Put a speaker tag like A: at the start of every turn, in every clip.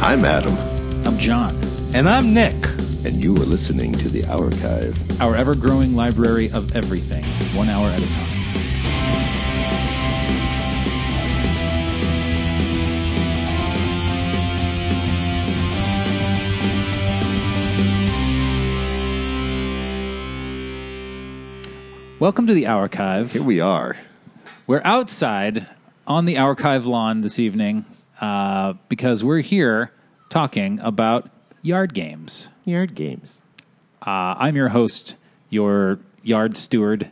A: I'm Adam,
B: I'm John,
C: And I'm Nick.
A: and you are listening to The Archive.
B: our ever growing library of everything, one hour at a time. Welcome to the Archive.
A: Here we are.
B: We're outside on the archive lawn this evening uh, because we're here talking about yard games.
A: Yard games.
B: Uh, I'm your host, your yard steward,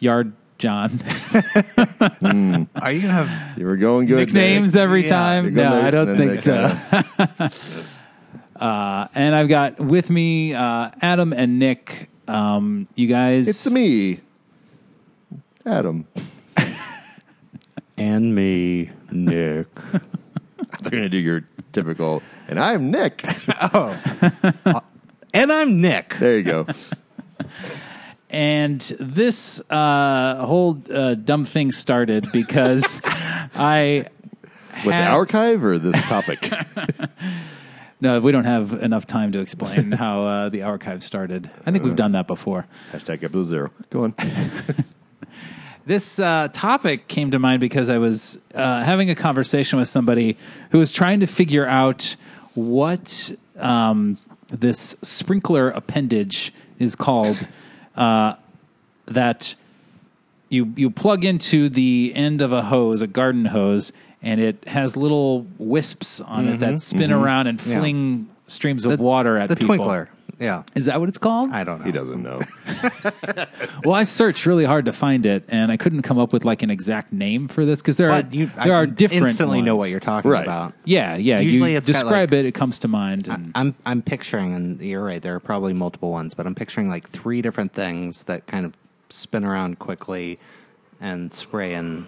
B: Yard John.
C: Are you gonna have
A: You were going good.
B: Nicknames every
C: Yeah,
A: Nick.
B: time?
A: You're
B: No,
A: going
B: I
A: there,
B: don't
A: then they
B: think so.
A: kinda-
B: Uh, and I've got with me uh, Adam and Nick. Um, you guys,
A: It's me, Adam.
D: and me, Nick.
A: They're going to do your typical, and I'm Nick.
D: and I'm Nick.
A: There you go.
B: And this uh, whole uh, dumb thing started because I
A: With the
B: had-
A: archive or this topic?
B: No, we don't have enough time to explain how uh, the archive started. I think we've done that before.
A: Hashtag episode zero. Go on.
B: This uh, topic came to mind because I was uh, having a conversation with somebody who was trying to figure out what um, this sprinkler appendage is called uh, that you you plug into the end of a hose, a garden hose, and it has little wisps on it that spin around and
D: Mm-hmm, Yeah.
B: fling streams of water at
D: the
B: people.
D: twinkler. Yeah,
B: Is that what it's called?
D: I don't know.
A: He doesn't know.
B: Well, I searched really hard to find it, and I couldn't come up with like an exact name for this because there
D: But
B: are
D: you,
B: there
D: I
B: are different.
D: Instantly know
B: ones.
D: what you're talking
A: Right.
D: about.
B: Yeah, yeah.
D: Usually
B: you
D: it's got,
B: describe
D: like-
B: it; it comes to mind. And
D: I'm I'm picturing, and you're right. There are probably multiple ones, but I'm picturing like three different things that kind of spin around quickly and spray in.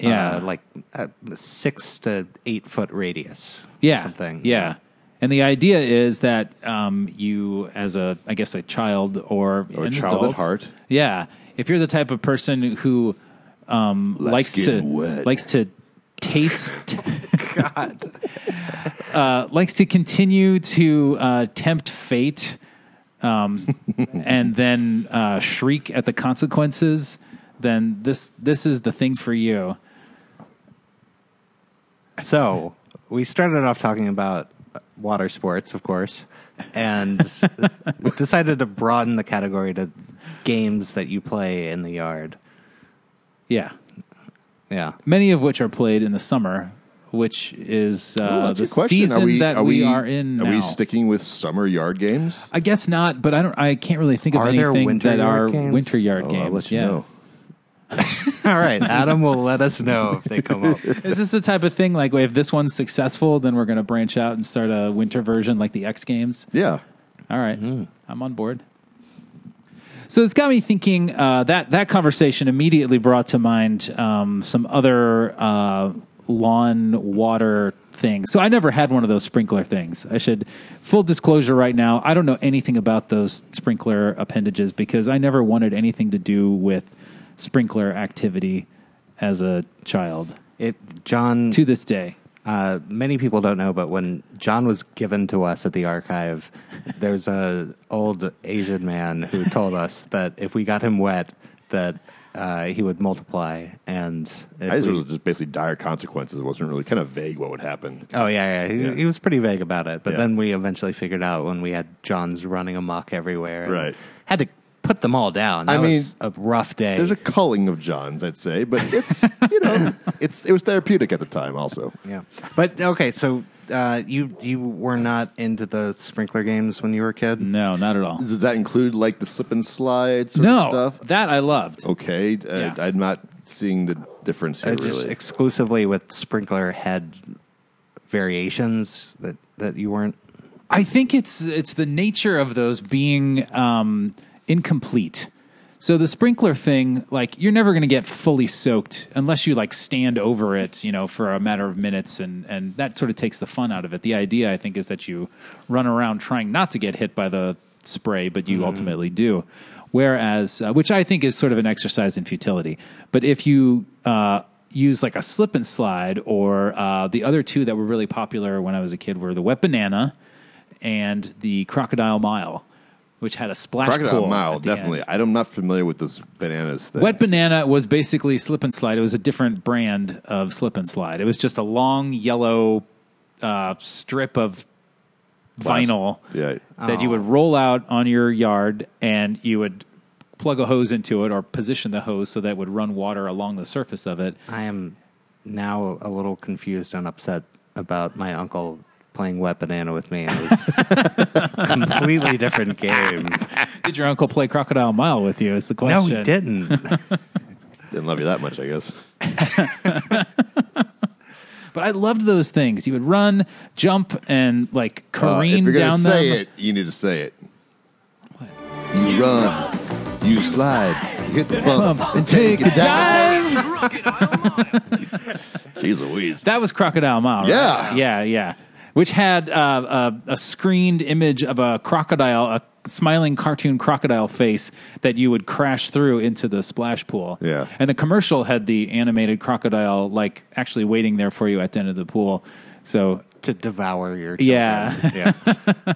B: Yeah.
D: uh, like uh, six to eight foot radius.
B: yeah,
D: something.
B: yeah. And the idea is that um, you, as a, I guess, a child or,
A: Or
B: an
A: child at
B: adult-
A: heart.
B: Yeah, if you're the type of person who um, likes
A: get
B: to
A: wet.
B: likes to taste God, uh, likes to continue to uh, tempt fate, um, and then uh, shriek at the consequences. Then this this is the thing for you.
D: So we started off talking about water sports, of course, and we decided to broaden the category to games that you play in the yard.
B: Yeah,
D: Yeah.
B: many of which are played in the summer, which is uh,
A: Well, Oh, that's
B: the
A: a question.
B: season
A: are we,
B: that
A: are
B: we,
A: we
B: are in
A: Are
B: now.
A: we sticking with summer yard games?
B: I guess not, but I don't. I can't really think of
D: Are there
B: anything
D: winter
B: that
D: yard
B: are
D: games?
B: winter yard
A: Oh,
B: games.
A: I'll let you
B: yeah.
A: know.
D: All right. Adam will let us know if they come up.
B: Is this the type of thing like if this one's successful, then we're going to branch out and start a winter version like the X Games?
A: Yeah.
B: All right. I'm on board. So it's got me thinking uh, that that conversation immediately brought to mind um, some other uh, lawn water things. So I never had one of those sprinkler things. I should full disclosure right now. I don't know anything about those sprinkler appendages because I never wanted anything to do with sprinkler activity as a child.
D: It, John,
B: To this day,
D: uh, many people don't know, but when John was given to us at the archive, there's a old Asian man who told us that if we got him wet, that uh, he would multiply. And if
A: I just, it
D: we-
A: was just basically dire consequences. It wasn't really kind of vague what would happen.
D: Oh yeah, yeah. He,
A: Yeah.
D: he was pretty vague about it, but
A: Yeah.
D: then we eventually figured out when we had Johns running amok everywhere. and
A: Right.
D: had to put them all down. That
A: I
D: was a rough day.
A: There's a culling of Johns, I'd say, but it's you know, it's it was therapeutic at the time. Also,
D: yeah, but okay. So uh, you you were not into the sprinkler games when you were a kid.
B: no, not at all.
A: does that include like the slip and slide sort
B: No,
A: of stuff?
B: that I loved.
A: Okay, uh,
B: Yeah.
A: I'm not seeing the difference here.
D: It's just
A: really,
D: exclusively with sprinkler head variations that that you weren't.
B: I think it's it's the nature of those being um, incomplete. So the sprinkler thing, like you're never going to get fully soaked unless you like stand over it, you know, for a matter of minutes, and and that sort of takes the fun out of it. The idea I think is that you run around trying not to get hit by the spray, but you ultimately do. Whereas, uh, which I think is sort of an exercise in futility. But if you uh, use like a slip and slide, or uh, the other two that were really popular when I was a kid were the wet banana and the crocodile mile, which had a splash
A: Crocodile
B: pool
A: Mile,
B: at the end.
A: definitely. I'm not familiar with this bananas thing.
B: Wet Banana was basically slip and slide. It was a different brand of slip and slide. It was just a long yellow uh, strip of vinyl
A: Yeah.
B: that you
A: Oh.
B: would roll out on your yard and you would plug a hose into it or position the hose so that it would run water along the surface of it.
D: I am now a little confused and upset about my uncle playing Wet Banana with me. It was a completely different game.
B: Did your uncle play Crocodile Mile with you? Is the
D: No,
B: question.
D: he didn't.
A: Didn't love you that much, I guess. Uh,
B: But I loved those things. You would run, jump, and
A: Uh,
B: like
A: if
B: careen
A: you're gonna
B: down
A: say
B: them.
A: it, you need to say it. You run, you slide, you hit the bump, and take a dive.
B: Dive!
A: Jeez Louise.
B: That was Crocodile Mile. right?
A: Yeah.
B: yeah, yeah. Which had uh, a, a screened image of a crocodile, a smiling cartoon crocodile face that you would crash through into the splash pool.
A: Yeah.
B: and the commercial had the animated crocodile like actually waiting there for you at the end of the pool. So,
D: to devour your children.
B: Yeah.
D: yeah.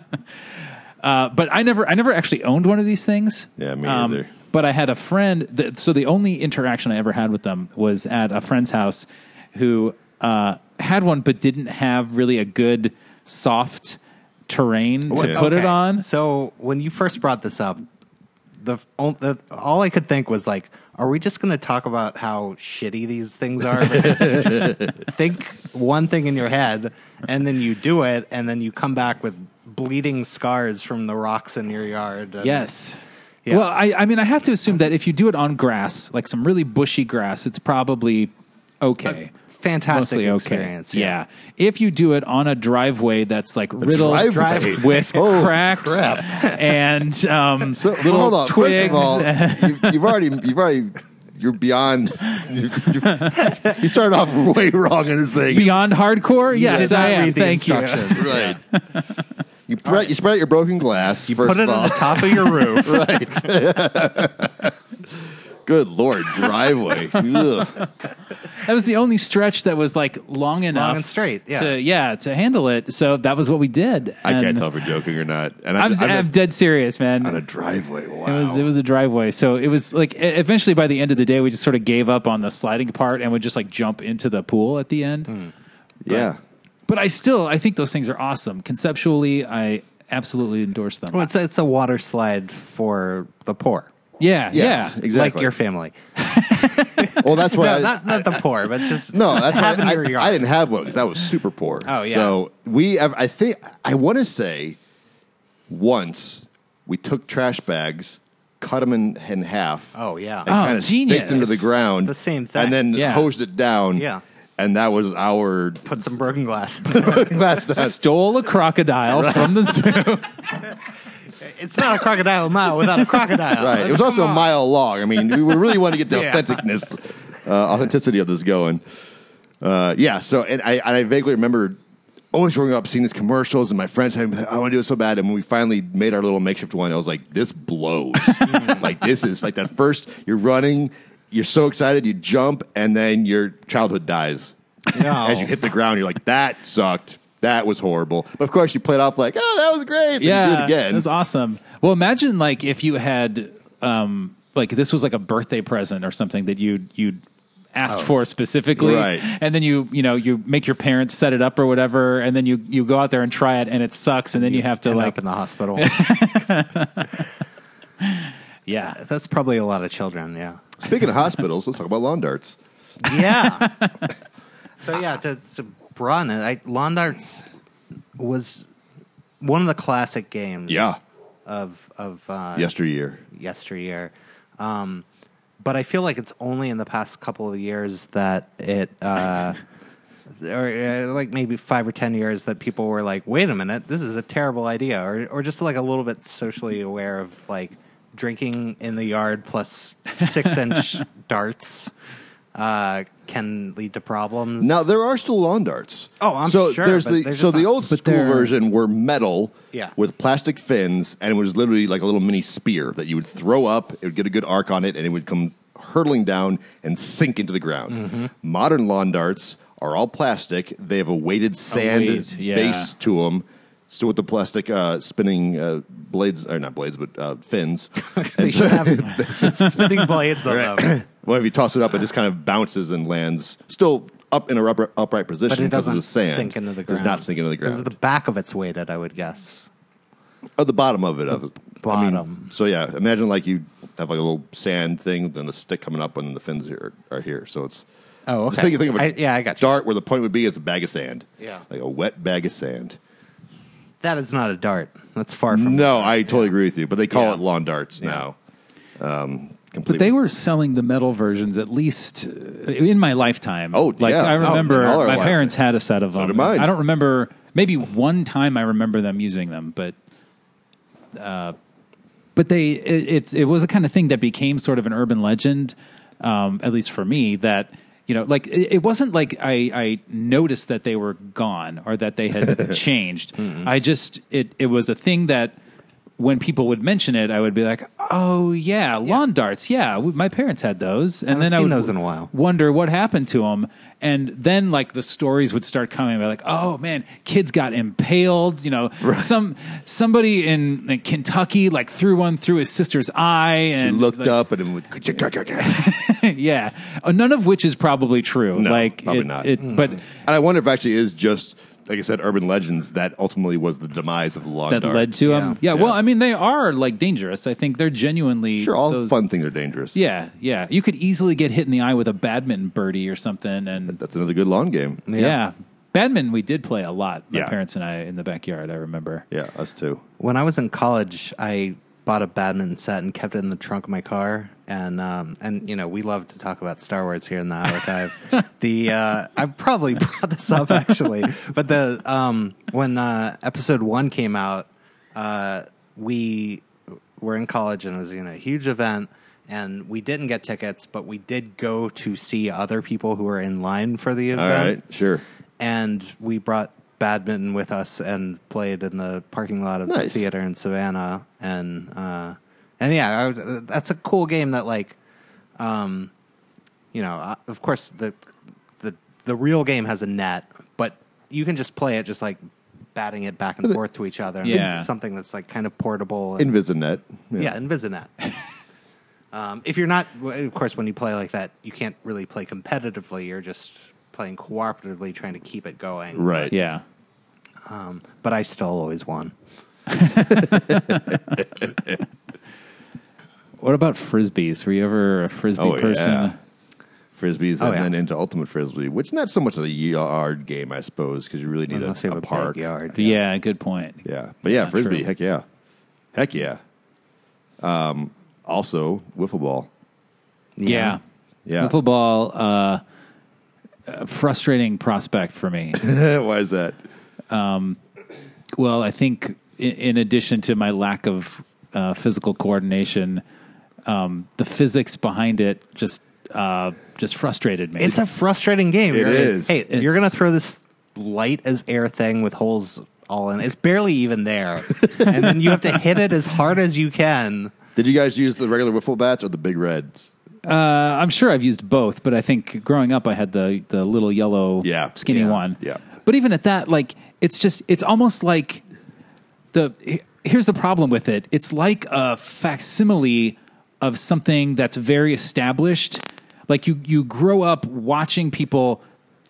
B: uh, but I never, I never actually owned one of these things. Um,
A: Yeah, me either.
B: But I had a friend. That, so the only interaction I ever had with them was at a friend's house, who uh, had one but didn't have really a good soft terrain to
A: yeah.
B: put it
D: Okay.
B: on.
D: So when you first brought this up, the, f- o- the all I could think was like, are we just going to talk about how shitty these things are? Because you just think one thing in your head, and then you do it, and then you come back with bleeding scars from the rocks in your yard. and-
B: Yes.
D: Yeah.
B: Well, I, I mean, I have to assume that if you do it on grass, like some really bushy grass, it's probably okay.
A: Uh,
D: fantastic
B: Mostly okay.
D: experience.
B: Yeah. If you do it on a driveway that's like riddled
A: driveway?
B: drive- with
A: Oh,
B: cracks and um,
A: So
B: little
A: hold on. First of
B: twigs.
A: all, you've, you've already, you've already, you're beyond. You, you- you started off way wrong in this thing.
B: Beyond hardcore?
D: You
B: yes,
D: did not
B: I am.
D: read the
B: Thank you.
D: instructions.
A: right. You, spread, you spread out your broken glass. You first
D: Put
A: of
D: it
A: all.
D: on the top of your roof.
A: right. Good lord, driveway. Ugh.
B: That was the only stretch that was like long enough,
D: and straight, yeah.
B: to, yeah, to handle it. So that was what we did.
A: I can't
B: And
A: tell if you're joking or not. And
B: I'm,
A: I'm,
B: I'm,
A: I'm just
B: dead serious, man.
A: on a driveway. Wow.
B: It was it was a driveway, so it was like e- eventually by the end of the day, we just sort of gave up on the sliding part and would just like jump into the pool at the end.
A: yeah.
B: But I still I think those things are awesome conceptually. I absolutely endorse them.
D: Well, it's, it's a water slide for the poor,
B: yeah,
A: Yes,
B: yeah.
A: exactly.
D: like your family.
A: well, that's why.
D: No,
A: I,
D: not, not the poor, but just
A: no, that's why
D: having
A: I,
D: your yard.
A: I didn't have one because that was super poor.
D: Oh, yeah.
A: So we, have, I think, I want to say, once we took trash bags, cut them in, in half.
D: Oh, yeah.
A: and
D: Oh,
A: kinda
B: genius.
A: Staked them to the ground.
D: The same thing.
A: And then
B: Yeah.
A: hosed it down.
D: Yeah.
A: And that was our
D: Put some broken glass.
A: last.
B: Stole a crocodile from the zoo.
D: It's not a crocodile mile without a crocodile.
A: Right. It was
D: Come
A: also a
D: on.
A: mile long. I mean, we we really wanted to get the
D: Yeah.
A: authenticness, uh, authenticity of this going. Uh, yeah. So, and I, and I vaguely remember always growing up seeing these commercials and my friends having, "Oh, I want to do it so bad. And when we finally made our little makeshift one, I was like, this blows. like, this is like that first, you're running, you're so excited, you jump, and then your childhood dies.
D: No.
A: As you hit the ground, you're like, that sucked. That was horrible. But of course, you play it off like, oh, that was great. Then you do it again.
B: That's awesome. Well, imagine like if you had um like this was like a birthday present or something that you you asked for specifically
A: Oh. Right.
B: and then you you know you make your parents set it up or whatever and then you you go out there and try it and it sucks and then you have to
D: End
B: like
D: up in the hospital.
B: yeah
D: That's probably a lot of children. Yeah.
A: Speaking of hospitals, let's talk about lawn darts.
D: Yeah. so yeah, to, to broaden it, I, lawn darts was one of the classic games.
A: Yeah.
D: Of of uh,
A: Yesteryear.
D: yesteryear. Um, but I feel like it's only in the past couple of years that it, uh, or uh, like maybe five or 10 years, that people were like, wait a minute, this is a terrible idea. Or, or just like a little bit socially aware of like drinking in the yard plus six inch darts uh, can lead to problems.
A: Now there are still lawn darts.
D: Oh, I'm
A: so
D: sure,
A: There's
D: but
A: the
D: they're just
A: so the
D: not-
A: old school
B: they're-
A: version were metal,
D: Yeah.
A: with plastic fins, and it was literally like a little mini spear that you would throw up. It would get a good arc on it, and it would come hurtling down and sink into the ground.
D: Mm-hmm.
A: Modern lawn darts are all plastic. They have a weighted sand
B: weight, yeah.
A: base to them. So with the plastic uh, spinning uh, blades, or not blades, but uh, fins,
D: They should have spinning blades on them.
A: well, if you toss it up, it just kind of bounces and lands still up in a rubber, upright position
D: But it
A: because of
D: doesn't
A: the sand.
D: sink into the
A: It does
D: ground.
A: not sink into the
D: Because
A: ground.
D: the back of it's weighted, I would guess.
A: At the bottom of it. Of it. I mean,
D: bottom.
A: so yeah, imagine like you have like a little sand thing, then the stick coming up, and the fins are, are here. So it's
D: Oh,
A: just
D: okay.
A: Think, think of a
D: I- yeah, I got you.
A: dart where the point would be is a bag of sand.
D: Yeah.
A: like a wet bag of sand.
D: That is not a dart. That's far from.
A: No, I totally agree with you, but they call
D: Yeah.
A: it lawn darts now. Um, completely.
B: But they were selling the metal versions at least uh, in my lifetime.
A: Oh,
B: like
A: yeah.
B: I
A: Oh, in
B: remember
A: all our
B: my
A: lives.
B: parents had a set of them.
A: did mine.
B: I don't remember maybe one time I remember them using them, but uh, but they it, it's it was a kind of thing that became sort of an urban legend, um, at least for me that. You know, like it, it wasn't like I, I noticed that they were gone or that they had changed.
D: Mm-hmm.
B: I just it it was a thing that when people would mention it, I would be like, "Oh yeah, lawn darts. Yeah, we, my parents had those." And then I
D: seen
B: would
D: those in a while.
B: wonder what happened to them. And then like the stories would start coming about like, "Oh man, kids got impaled. You know, some somebody in, in Kentucky like threw one through his sister's eye
A: She
B: and
A: looked
B: like,
A: up and it would.
B: yeah, Uh, none of which is probably true.
A: No,
B: like,
A: probably
B: it-
A: not. Mm.
B: It, But
A: And I wonder if actually is just like I said, urban legends that ultimately was the demise of the lawn
B: that
A: dart.
B: led to them. Yeah.
A: Yeah.
B: Well, I mean, they are like dangerous. I think they're genuinely
A: sure all
B: those-
A: fun things are dangerous.
B: Yeah, yeah. You could easily get hit in the eye with a badminton birdie or something. And
A: that's another good lawn game.
B: yeah. badminton we did play a lot. My
A: Yeah.
B: parents and I in the backyard. I remember.
A: Yeah, us too.
D: When I was in college, I bought a badminton set and kept it in the trunk of my car. And um, and you know, we love to talk about Star Wars here in the archive. the uh, I probably brought this up actually, but the um, when uh, Episode One came out, uh, we were in college and it was you know a huge event. And we didn't get tickets, but we did go to see other people who were in line for the
A: All
D: event
A: right, sure.
D: and we brought badminton with us and played in the parking lot of the
A: Nice.
D: theater in Savannah. And uh, and yeah, I was, uh, that's a cool game that like, um, you know, uh, of course the the the real game has a net, but you can just play it just like batting it back and forth to each other. And
B: Yeah.
D: this is something that's like kind of portable. And,
A: Invisinet.
D: yeah, Invisinet. um, if you're not, well, of course, when you play like that, you can't really play competitively. You're just playing cooperatively, trying to keep it going.
A: Right.
B: Yeah,
D: Um, but I still always won.
B: What about frisbees? Were you ever a frisbee
A: Oh
B: person?
A: yeah. Frisbees
D: Oh,
A: and
D: yeah.
A: then into ultimate frisbee, which is not so much a yard game, I suppose, because you really need
D: Unless
A: a,
D: you have
A: a
D: a
A: park.
D: backyard.
B: Yeah, good point.
A: Yeah, but yeah,
B: Yeah,
A: frisbee.
B: true.
A: Heck yeah, heck yeah. Um, also wiffle ball.
B: Yeah,
A: Yeah.
B: Wiffle ball, uh, a frustrating prospect for me.
A: Why is that?
B: Well, I think in, in addition to my lack of uh, physical coordination, um, the physics behind it just uh, just frustrated me.
D: It's a frustrating game.
A: It
D: You're-
A: is.
D: Hey, you're
B: It's-
D: going to throw this light as air thing with holes all in. It's barely even there. and then you have to hit it as hard as you can.
A: Did you guys use the regular wiffle bats or the big reds?
B: uh, I'm sure I've used both, but I think growing up I had the the little yellow
A: Yeah.
B: skinny
D: Yeah.
B: one.
A: Yeah.
B: But even at that, like it's just it's almost like the he- here's the problem with it. It's like a facsimile of something that's very established. Like you you grow up watching people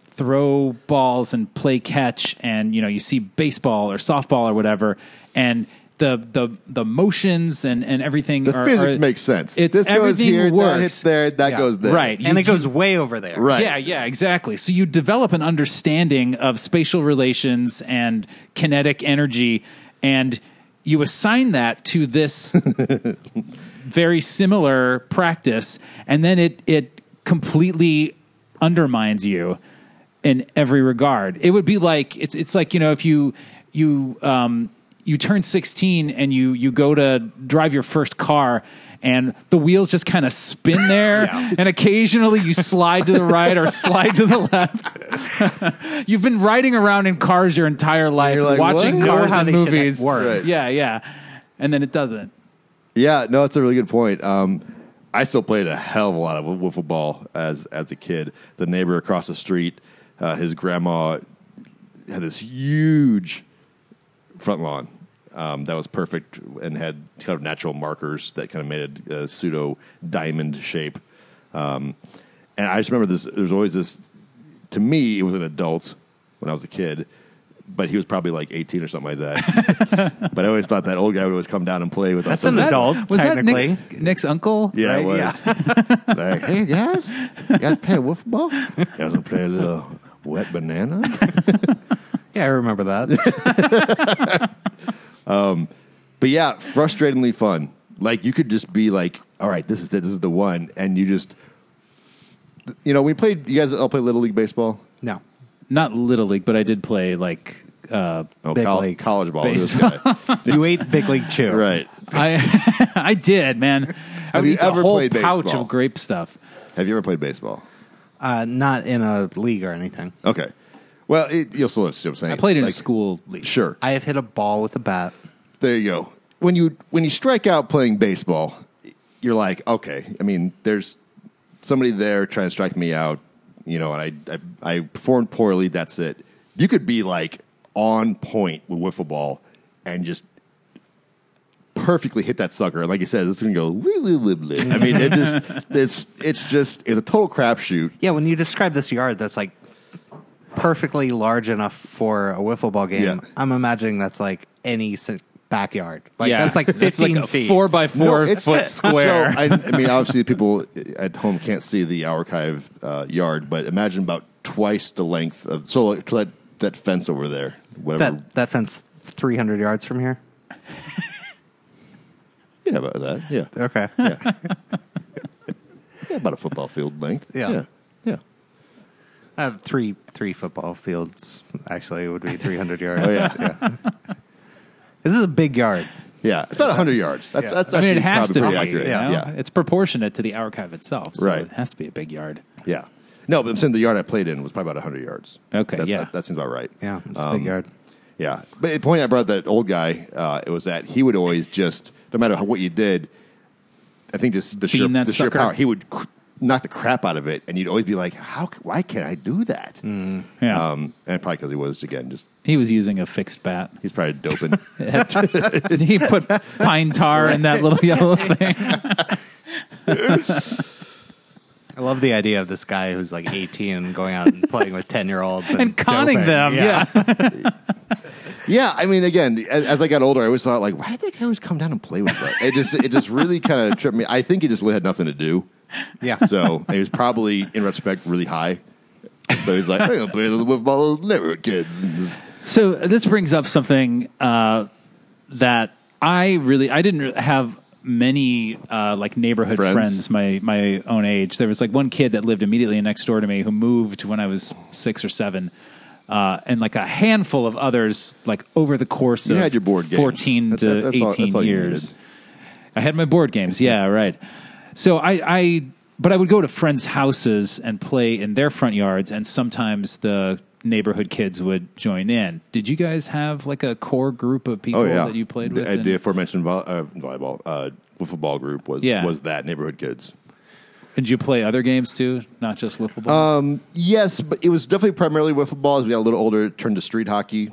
B: throw balls and play catch and you know you see baseball or softball or whatever and the the the motions and and everything
A: The
B: are-
A: physics
B: are-
A: makes sense.
B: it's
A: this goes
B: everything
A: here,
B: works
A: that hits there, that
D: Yeah.
A: goes there.
B: Right.
D: and
B: You-
D: it goes way over there.
A: Right.
B: Yeah, yeah, exactly. So you develop an understanding of spatial relations and kinetic energy, and you assign that to this very similar practice, and then it it completely undermines you in every regard. It would be like it's it's like you know if you you um you turn 16 and you you go to drive your first car and the wheels just kind of spin there and occasionally you slide to the right or slide to the left. You've been riding around in cars your entire life
A: you're like,
B: watching
A: "What?"
B: cars
D: Know how
B: and
D: they should
B: movies.
D: work.
A: Right.
B: Yeah, yeah. And then it doesn't.
A: Yeah, no, that's a really good point. Um, I still played a hell of a lot of wiffle ball as as a kid. The neighbor across the street, uh, his grandma had this huge front lawn um, that was perfect and had kind of natural markers that kind of made it a pseudo diamond shape. Um, and I just remember this. There was always this. To me, it was an adult when I was a kid, but he was probably like eighteen or something like that. but I always thought that old guy would always come down and play with us.
D: That's an adult,
B: was that Nick's,
D: technically.
B: Nick's uncle?
A: Yeah, it
D: right?
A: was. like, hey guys, you guys play wiffle ball? You guys wanna play a little wet banana?
D: Yeah, I remember that.
A: But yeah, frustratingly fun. Like you could just be like, all right, this is it, this is the one, and you just, you know, we played. You guys all play little league baseball.
D: no.
B: Not Little League, but I did play like. Uh,
A: Oh,
D: Big
A: col-
D: league.
A: college ball. This guy.
D: You ate Big League Chew.
A: right.
B: I I did, man. I
A: Have
B: would
A: you
B: eat a
A: ever
B: whole
A: played
B: pouch
A: baseball?
B: of grape stuff.
A: Have you ever played baseball?
D: Uh, not in a league or anything.
A: Okay. Well, it, you'll still understand what I'm saying.
B: I played in a
A: Like,
B: school league.
A: Sure.
D: I have hit a ball with a bat.
A: There you go. When you when you strike out playing baseball, you're like, okay. I mean, there's somebody there trying to strike me out, you know, and I I, I performed poorly. That's it. You could be like on point with wiffle ball and just perfectly hit that sucker. And like you said, it's gonna go. wee, wee, wee, wee. I mean, it just it's it's just it's a total crapshoot.
D: Yeah, when you describe this yard that's like perfectly large enough for a wiffle ball game,
A: Yeah.
D: I'm imagining that's like any si- backyard. Like
B: yeah,
D: that's like 15
B: It's like a
D: feet.
B: four by four
A: No, it's-
B: foot square.
A: So, I, I mean, obviously, people at home can't see the archive uh, yard, but imagine about twice the length of so like, that that fence over there, whatever.
D: that that fence 300 yards from here.
A: yeah, about that. Yeah,
D: Okay.
A: yeah. yeah, about a football field length.
D: Yeah.
A: yeah, yeah.
D: Uh, three three football fields actually would be 300 yards.
A: Oh yeah,
D: This is a big yard.
A: yeah. It's about hundred yards. That's
D: Yeah.
A: that's
B: I
A: actually
B: mean, it has
A: probably
B: to be.
A: pretty accurate.
B: you
A: Yeah,
B: know?
A: yeah.
B: It's proportionate to the archive itself. So
A: Right.
B: It has to be a big yard.
A: Yeah. No, but I'm saying the yard I played in was probably about 100 yards.
B: Okay,
A: That's-
B: yeah.
A: That, that seems about right.
D: Yeah, it's a
A: Um,
D: big yard.
A: Yeah. But the point I brought that old guy, uh, it was that he would always just, no matter how, what you did, I think just the, sheer,
B: Beam that
A: the sheer
B: sucker.
A: power, he would cr- knock the crap out of it. And you'd always be like, how, c- why can't I do that?
B: Yeah.
A: Um, and probably because he was, again, just,
B: he was using a fixed bat.
A: he's probably doping.
B: he put pine tar in that little yellow thing.
D: I love the idea of this guy who's like 18 and going out and playing with 10 year olds and,
B: And conning
D: doping.
B: them,
A: yeah. I mean, again, as, as I got older, I always thought, like, why did that guy always come down and play with that? It just, it just really kind of tripped me. I think he just had nothing to do.
D: yeah.
A: So he was probably, in retrospect, really high. So he's like, I'm going to play with ball never kids. And just-
B: So uh, this brings up something uh, that I really I didn't re- have many uh, like neighborhood
A: Friends?
B: friends. my my own age. There was like one kid that lived immediately next door to me who moved when I was six or seven. Uh, and like a handful of others, like over the course
A: You
B: of
A: had your board games.
B: 14
A: That's-
B: to
A: that's all- that's
B: 18
A: all you
B: years.
A: needed.
B: I had my board games. Yeah, right. So I, I, but I would go to friends' houses and play in their front yards, and sometimes the neighborhood kids would join in. Did you guys have like a core group of people
A: Oh yeah,
B: that you played
A: the,
B: with?
A: at
B: in-
A: the aforementioned vo- uh, volleyball uh, wiffle ball group was
B: Yeah.
A: was that neighborhood kids.
B: Did you play other games too, not just wiffle
A: Uh,
B: ball?
A: Yes, but it was definitely primarily wiffle ball. As we got a little older, it turned to street hockey.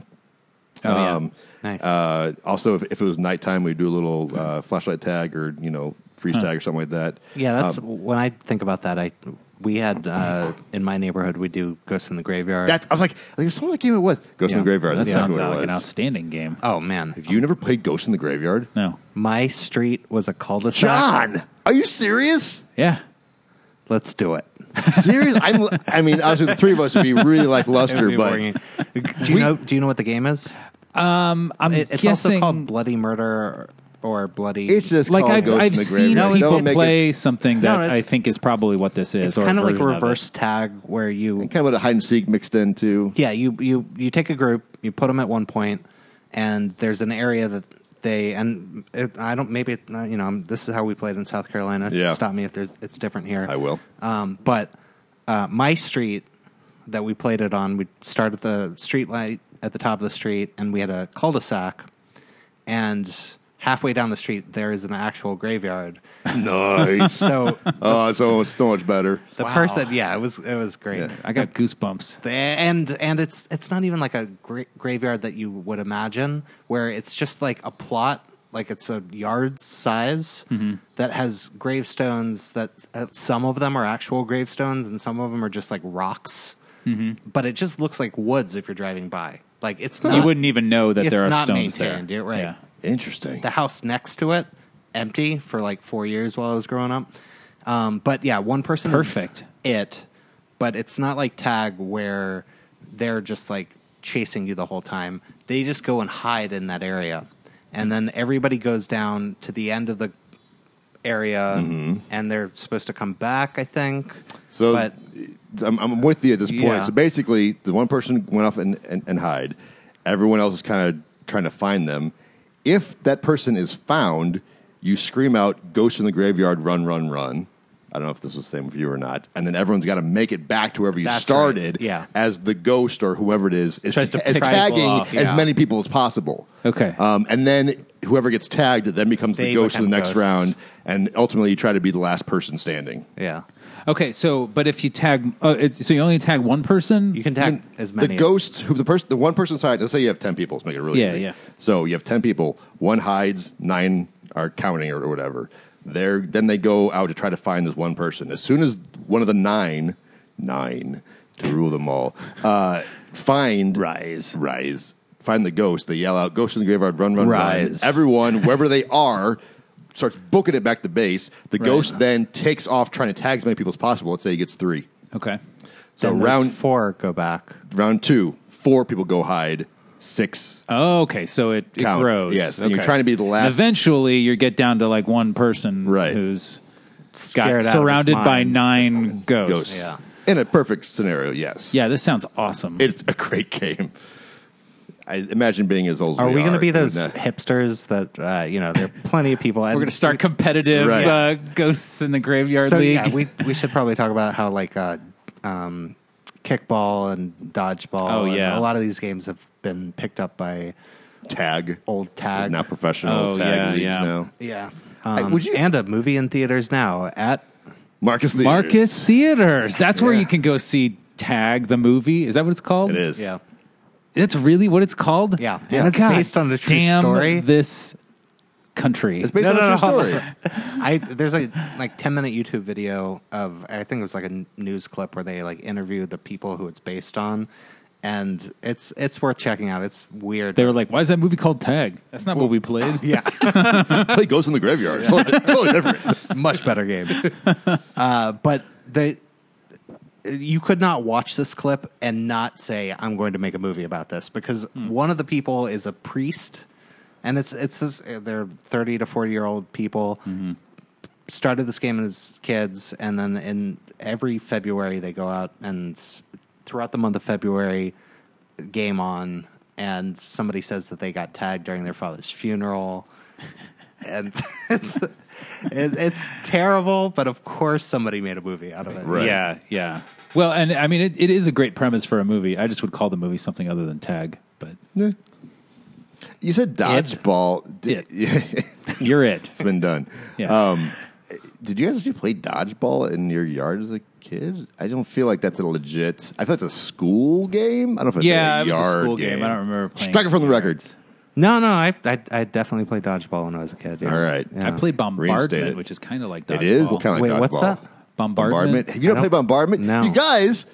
B: oh, yeah.
A: Um,
D: Nice.
A: uh, also, if, if it was nighttime, we'd do a little uh, flashlight tag or you know freeze tag or something like that.
D: Yeah, that's
A: Um,
D: when I think about that. I we had uh, in my neighborhood we do Ghosts in the Graveyard.
A: That's I was like, I think someone like you it was Ghost in
D: Yeah.
A: the Graveyard.
B: that
A: That's
B: sounds
A: exactly what it
B: like an
A: was.
B: outstanding game.
D: oh man,
A: Have you never played Ghost in the Graveyard?
B: no,
D: my street was a cul-de-sac.
A: John, are you serious?
B: yeah,
D: Let's do it.
A: Serious? I'm, I mean, obviously the three of us would be really like
D: It'd
A: luster,
D: be
A: but
D: boring. do you know? Do you know what the game is?
B: I'm
D: It, it's
B: guessing.
D: also called Bloody Murder or Bloody.
A: it's just
B: like
A: called
B: I've,
A: Ghost
B: I've
A: in the
B: seen
A: Graveyard.
B: people
A: Don't make it-
B: play something
D: No,
B: that
D: it's-
B: I think is probably what this is.
D: it's
B: or
D: kind of like
B: version it.
D: reverse tag where you
A: kind of with a hide and seek mixed in too.
D: Yeah, you you you take a group, you put them at one point, and there's an area that they and it, I don't maybe it, you know I'm, this is how we played in South Carolina.
A: Yeah.
D: Stop me if there's it's different here.
A: I will.
D: Um, but uh, my street that we played it on, we start at the street light at the top of the street, and we had a cul-de-sac, and halfway down the street there is an actual graveyard.
A: nice.
D: So
A: oh, it's so, so much better.
D: the
C: Wow.
D: person, yeah, it was it was great.
A: Yeah.
B: I got goosebumps.
D: The- And and it's it's not even like a gra- graveyard that you would imagine, where it's just like a plot, like it's a yard size that has gravestones. That uh, some of them are actual gravestones, and some of them are just like rocks. But it just looks like woods if you're driving by. Like it's not,
B: you wouldn't even know that
D: it's
B: there are
D: not
B: stones
D: maintained.
B: there.
D: You're right.
B: Yeah.
A: Interesting.
D: the house next to it empty for like four years while I was growing up. Um, but yeah, one person is
B: Perfect.
D: it, but it's not like tag where they're just like chasing you the whole time. They just go and hide in that area, and then everybody goes down to the end of the area, and they're supposed to come back. I think.
A: Mm-hmm. So
D: but
A: I'm, I'm with you at this point.
D: Yeah.
A: So basically, the one person went off and, and, and hide. Everyone else is kind of trying to find them. If that person is found, you scream out, "Ghost in the graveyard! Run, run, run!" I don't know if this was the same for you or not. And then everyone's got to make it back to wherever you
D: That's
A: started.
D: right. Yeah.
A: as the ghost or whoever it is is,
B: Tries
A: ta-
B: to
A: is
B: pick people
A: tagging
B: off.
A: as
D: Yeah.
A: many people as possible.
B: Okay.
A: Um, and then whoever gets tagged then becomes the
D: They
A: ghost of the
D: become
A: next
D: ghosts.
A: round, and ultimately you try to be the last person standing.
D: yeah,
B: Okay, so but if you tag, oh, it's, so you only tag one person.
D: you can tag as many.
A: the
D: as-
A: ghost who the person the one person side let's say you have 10 people let's make it really
B: Yeah,
A: easy.
B: yeah.
A: so you have 10 people one hides nine are counting or, or whatever They're, then they go out to try to find this one person as soon as one of the nine nine to rule them all uh, find
B: Rise.
A: rise find the ghost they yell out ghost in the graveyard run run
D: Rise.
A: run everyone wherever they are starts booking it back to base the ghost then takes off trying to tag as many people as possible let's say he gets three
B: Okay.
A: so
D: then those
A: round
D: four go back.
A: round two, four people go hide, six.
B: Oh, okay, so it, it
A: Count.
B: grows.
A: Yes, and
B: okay.
A: you're trying to be the last-
B: Eventually, you get down to like one person
A: Right.
B: who's
D: out
B: got
D: of his
B: surrounded by
D: mind.
B: nine ghosts.
A: Ghosts.
D: Yeah.
A: In a perfect scenario, yes.
B: Yeah, this sounds awesome.
A: It's a great game. I imagine being as old as
D: Are we, going to
A: are,
D: be those
A: wouldn't I?
D: hipsters that uh, you know? There are plenty of people.
B: We're gonna start competitive
A: Right.
B: uh, ghosts in the graveyard
D: so
B: league.
D: yeah, we we should probably talk about how like uh, um, kickball and dodgeball.
B: Oh,
D: and
B: yeah.
D: a lot of these games have been picked up by
A: tag.
D: old
A: Is
D: tag.
A: not professional
B: Oh,
A: tag
B: yeah,
A: leagues
B: yeah.
A: now.
D: yeah, um,
A: would you-
D: and a movie in theaters now at
A: Marcus Leaders.
B: Marcus Theaters. That's where
D: Yeah.
B: you can go see Tag the movie. Is that what it's called?
A: It is.
D: yeah.
B: That's really what it's called.
D: Yeah.
B: Oh,
D: And it's
B: God
D: based on a true
B: damn
D: story.
B: This country.
A: It's based
D: No,
A: on
D: no,
A: a true
D: no.
A: story.
D: I there's a like ten minute YouTube video of I think it was like a n- news clip where they like interviewed the people who it's based on, and it's it's worth checking out. It's weird.
B: They were like, "Why is that movie called Tag? That's not what we played."
D: yeah.
A: Play Ghost in the Graveyard. Totally, totally different.
D: much better game. uh, but they, you could not watch this clip and not say, "I'm going to make a movie about this," because one of the people is a priest, and it's it's this, they're thirty to forty year old people. Started this game as kids, and then in every February they go out and throughout the month of February, game on, and somebody says that they got tagged during their father's funeral and it's it, it's terrible. But of course, somebody made a movie out of it.
A: Right.
B: Yeah, yeah. Well, and I mean, it, it is a great premise for a movie. I just would call the movie something other than Tag. But
A: Yeah. You said dodgeball. Did-
B: you're it.
A: it's been done.
B: Yeah.
A: Um, did you guys actually play dodgeball in your yard as a kid? I don't feel like that's a legit. I feel it's a school game. I don't know if it's
B: Yeah,
A: a
B: it was a
A: yard
B: school game. I don't remember playing
A: Strike it from the record.
D: No, no, I, I I definitely played dodgeball when I was a kid. yeah.
A: All right.
D: Yeah.
B: I
A: Reinstate
B: played Bombardment,
A: it.
B: which is kind of like dodgeball.
A: It is kind of like
D: Wait,
A: dodgeball.
D: what's that?
B: bombardment.
A: You don't,
D: I
A: play
D: don't-
A: bombardment?
D: No.
A: You guys,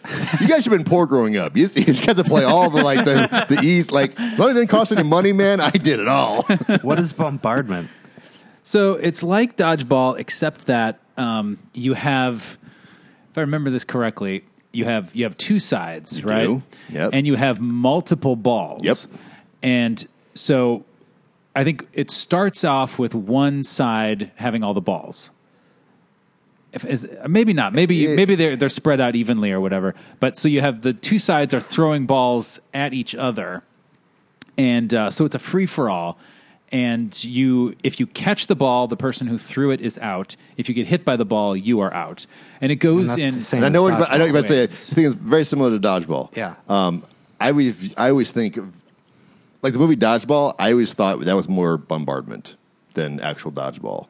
A: you guys have been poor growing up. You, you just got to play all the like the, the east. Like, as long as it didn't cost any money, man, I did it all.
D: what is bombardment?
B: So it's like dodgeball, except that um, you have, if I remember this correctly, you have you have two sides, right?
A: do. Yep.
B: And you have multiple balls.
A: Yep.
B: And so, I think it starts off with one side having all the balls. If, is, maybe not. Maybe
A: It-
B: maybe they're they're spread out evenly or whatever. But so you have the two sides are throwing balls at each other and uh, so it's a free for all. And you, if you catch the ball, the person who threw it is out. If you get hit by the ball, you are out. And it goes
D: And that's
B: in.
D: the same
A: And I know what you're about- I know what you're about to
B: Dodgeball
A: say. I think it's very similar to dodgeball.
D: Yeah.
A: Um, I always I always think of- like the movie Dodgeball. I always thought that was more bombardment. than actual dodgeball.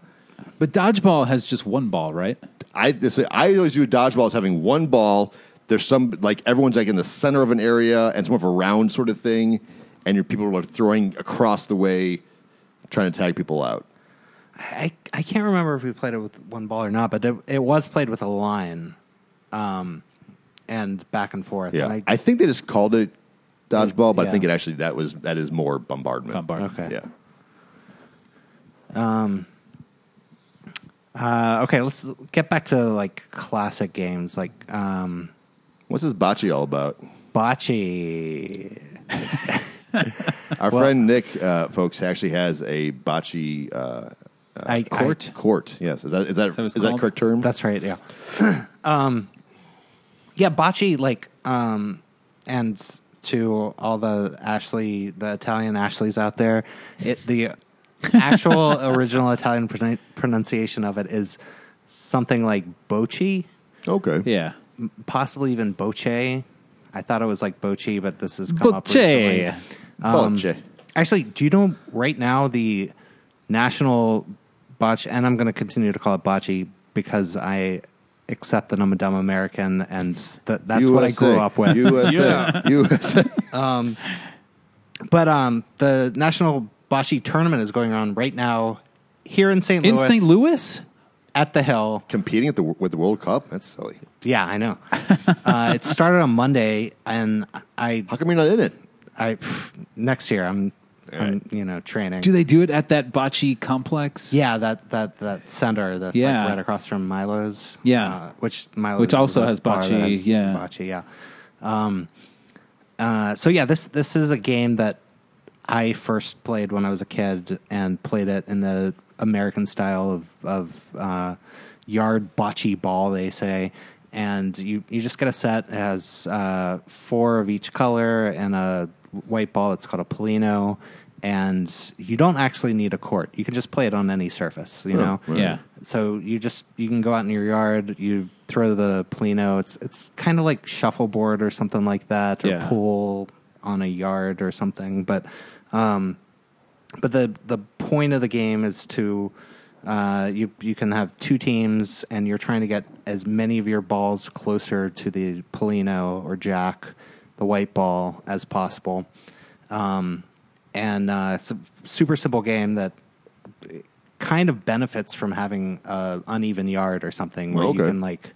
B: But dodgeball has just one ball, right?
A: I this, I always view dodgeball as having one ball. There's some like everyone's like in the center of an area, and it's more of a round sort of thing, and your people are throwing across the way, trying to tag people out.
D: I, I can't remember if we played it with one ball or not, but it, it was played with a line, um, and back and forth.
A: Yeah,
D: And
A: I,
D: I,
A: think they just called it dodgeball, but I
D: Yeah.
A: think it actually that was that is more bombardment.
B: Bombard.
D: okay.
A: Yeah.
D: Uh, okay. Let's get back to like classic games like um,
A: What's this bocce all about?
D: bocce.
A: Our friend Nick, uh, folks, actually has a bocce uh,
D: I,
B: Court?
A: court. Yes, is that is that is
B: that what it's
A: that
B: called?
A: correct term?
D: I- that's right. Yeah. um, yeah. Bocce, like, um, and to all the Ashley, the Italian Ashleys out there, it, the actual original Italian pron- pronunciation of it is something like bochi,
A: okay.
B: Yeah.
D: possibly even boche. I thought it was like bochi, but this has come up
B: Boche.
D: recently. Um,
A: Bocce.
D: Actually, do you know right now the national botch, and I'm going to continue to call it bocce because I accept that I'm a dumb American and th- that's what I
A: USA.
D: grew up with.
A: USA. USA.
D: But um, the national bocce tournament is going on right now here in St. Louis.
B: In St. Louis?
D: At the Hill.
A: Competing at the with the World Cup. That's silly.
D: Yeah, I know. uh, it started on Monday, and I,
A: How come you're not in it?
D: I pff, next year I'm, I'm you know, training.
B: Do they do it at that bocce complex?
D: Yeah, that that that center that's
B: Yeah.
D: like right across from Milo's.
B: Yeah.
D: uh, which Milo's
B: Which also
D: is a
B: has
D: bar
B: bocce,
D: that has
B: yeah.
D: bocce. Yeah. Um, uh, so yeah, this this is a game that I first played when I was a kid and played it in the American style of of uh, yard bocce ball. They say. And you, you just get a set. It has uh, four of each color and a white ball. It's called a Polino. And you don't actually need a court. You can just play it on any surface, you know?
A: right.
B: Yeah.
D: So you just you can go out in your yard, you throw the polino. It's it's kind of like shuffleboard or something like that, or
B: Yeah.
D: pool on a yard or something. But um, but the the point of the game is to uh, you you can have two teams and you're trying to get as many of your balls closer to the polino or jack, the white ball as possible. Um, and uh, it's a super simple game that kind of benefits from having uh, uneven yard or something where you
A: Okay.
D: can like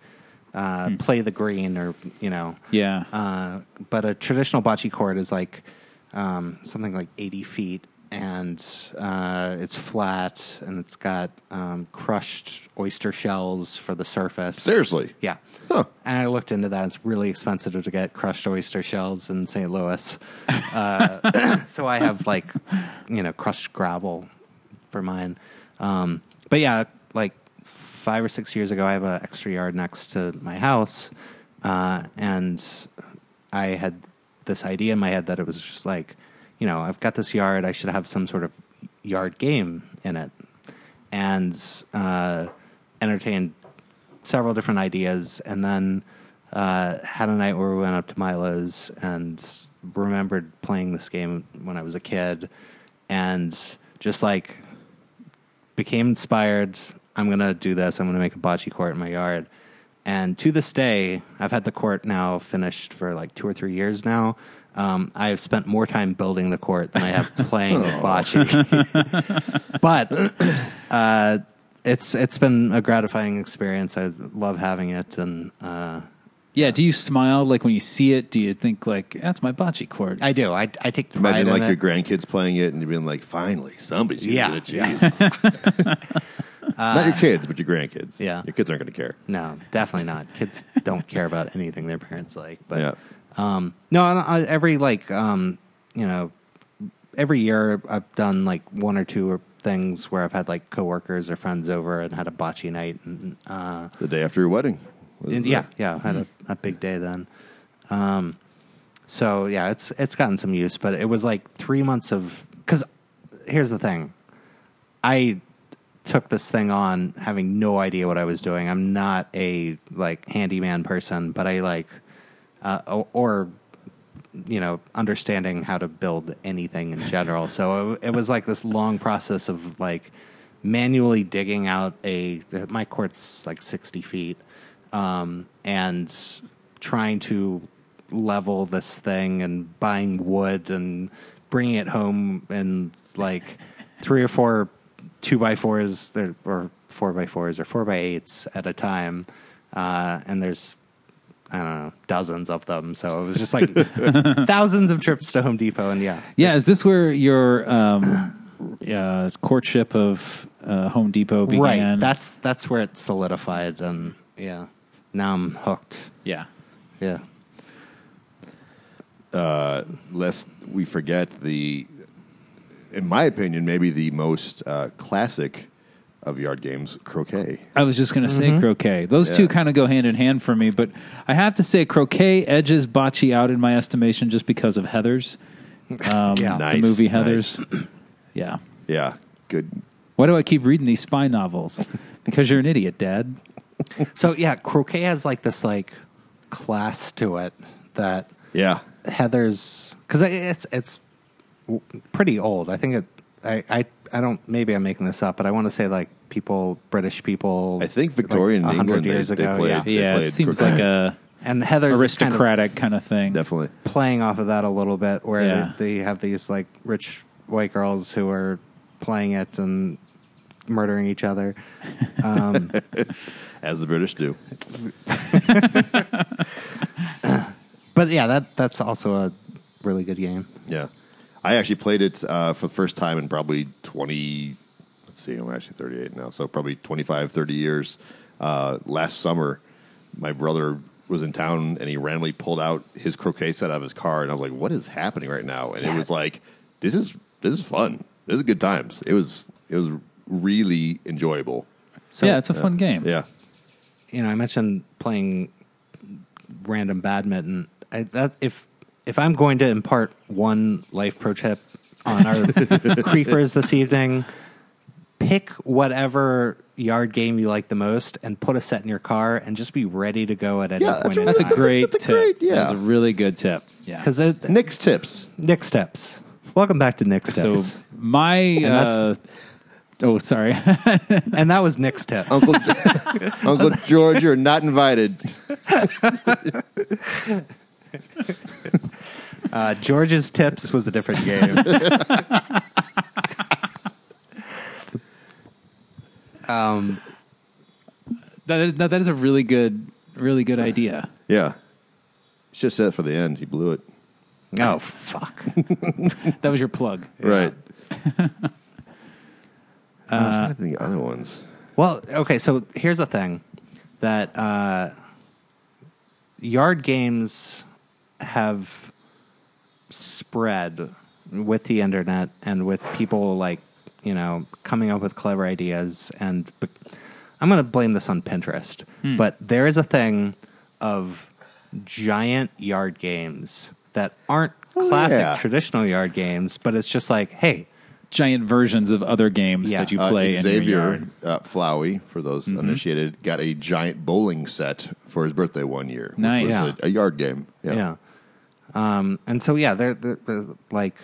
D: uh, play the green or you know
B: Yeah.
D: uh, but a traditional bocce court is like um, something like 80 feet and uh, it's flat and it's got um, crushed oyster shells for the surface
A: Seriously.
D: yeah
A: Huh.
D: and i looked into that it's really expensive to get crushed oyster shells in st louis uh, so i have like you know crushed gravel for mine um, but yeah like five or six years ago i have an extra yard next to my house uh, and i had this idea in my head that it was just like you know i've got this yard i should have some sort of yard game in it and uh, entertained several different ideas, and then uh, had a night where we went up to Milo's and remembered playing this game when I was a kid, and just like became inspired. I'm gonna do this. I'm gonna make a bocce court in my yard. And to this day, I've had the court now finished for like two or three years now. Um, I have spent more time building the court than I have playing bocce. but uh, it's it's been a gratifying experience. I love having it, and uh,
B: Yeah. Do you smile like when you see it? Do you think like that's my bocce court?
D: I do. I I take pride
A: Imagine
D: in
A: like
D: it.
A: your grandkids playing it and you're being like, finally, somebody's using
D: Yeah, Uh,
A: it. Jeez. Not your kids, but your grandkids.
D: Yeah.
A: Your kids aren't going to care.
D: No, definitely not. Kids don't care about anything their parents like. But
A: Yeah.
D: um, no, I, I, every like um, you know, every year I've done like one or two things where I've had like coworkers or friends over and had a bocce night. And, uh,
A: The day after your wedding. Was
D: and
A: the-
D: yeah, yeah, had a, a big day then. Um, so yeah, it's it's gotten some use, but it was like three months of because here's the thing, I took this thing on having no idea what I was doing. I'm not a like handyman person, but I like uh, o- or you know understanding how to build anything in general. so it, it was like this long process of like manually digging out a my court's like sixty feet, um, and trying to level this thing and buying wood and bringing it home and like three or four two by fours there or four by fours or four by eights at a time, uh, and there's I don't know dozens of them. So it was just like thousands of trips to Home Depot, and yeah,
B: Yeah, is this where your um, uh, courtship of uh, Home Depot began?
D: right. That's that's where it solidified, and yeah, now I'm hooked.
B: yeah.
D: Yeah,
A: lest we forget the, in my opinion, maybe the most uh, classic of yard games, croquet.
B: I was just going to say croquet. Those two
A: Yeah.
B: kind of go hand in hand for me, but I have to say croquet edges bocce out in my estimation just because of Heather's, um,
D: Yeah.
B: the
A: Nice,
B: movie Heather's. yeah.
A: Yeah, good.
B: Why do I keep reading these spy novels? Because you're an idiot, Dad.
D: so yeah, croquet has like this like class to it that
A: Yeah,
D: Heather's because it's it's w- pretty old. I think it. I, I I don't. Maybe I'm making this up, but I want to say like people, British people.
A: I think Victorian
D: like, 100
A: England
D: years
A: they,
D: ago.
A: they played.
D: yeah.
A: they
B: yeah, it
A: played
B: seems
A: croquet.
B: like a
D: and Heather's
B: aristocratic kind of thing.
A: definitely.
D: kind of playing off of that a little bit, where
B: Yeah.
D: they, they have these like rich white girls who are playing it and murdering each other. Um,
A: as the British do.
D: but yeah, that that's also a really good game.
A: Yeah, I actually played it uh, for the first time in probably twenty. Let's see, I'm actually 38 now, so probably 25, 30 years. Uh, last summer, my brother was in town and he randomly pulled out his croquet set out of his car, and I was like, "What is happening right now?" And it was like, "This is this is fun. This is good times." It was it was really enjoyable.
D: So
B: yeah, it's a fun game.
A: Yeah,
D: you know, I mentioned playing random badminton. I, that if if I'm going to impart one life pro tip on our creepers this evening, pick whatever yard game you like the most and put a set in your car and just be ready to go at any
A: Yeah,
D: point.
A: that's
B: That's a great
A: That's a
B: tip.
A: great- yeah.
B: That's a really good tip. Yeah.
D: because
A: Nick's tips.
D: Nick steps. Welcome back to Nick
B: So
D: steps,
B: my
D: that's-
B: uh, oh sorry.
D: and that was Nick steps.
A: Uncle, Uncle George, you're not invited.
D: Uh, George's tips was a different game. um.
B: that, is, that is a really good really good idea.
A: Yeah. Should have said it for the end. He blew it.
D: Oh fuck!
B: That was your plug.
A: Right. I'm trying to think of other ones.
D: well, okay. So here's the thing that uh, yard games have spread with the internet and with people like you know coming up with clever ideas and be- I'm going to blame this on Pinterest, but there is a thing of giant yard games that aren't classic
A: yeah.
D: traditional yard games, but it's just like, hey,
B: Giant versions of other games
D: Yeah.
B: that you
A: Uh,
B: play in your
A: Xavier
B: yard. Mm-hmm.
A: uh, Flowey, for those uninitiated, got a giant bowling set for his birthday one year. which
B: Nice.
A: was
D: Yeah.
A: A, a yard game. Yeah.
D: Yeah. Um, and so yeah, they're, they're, they're, like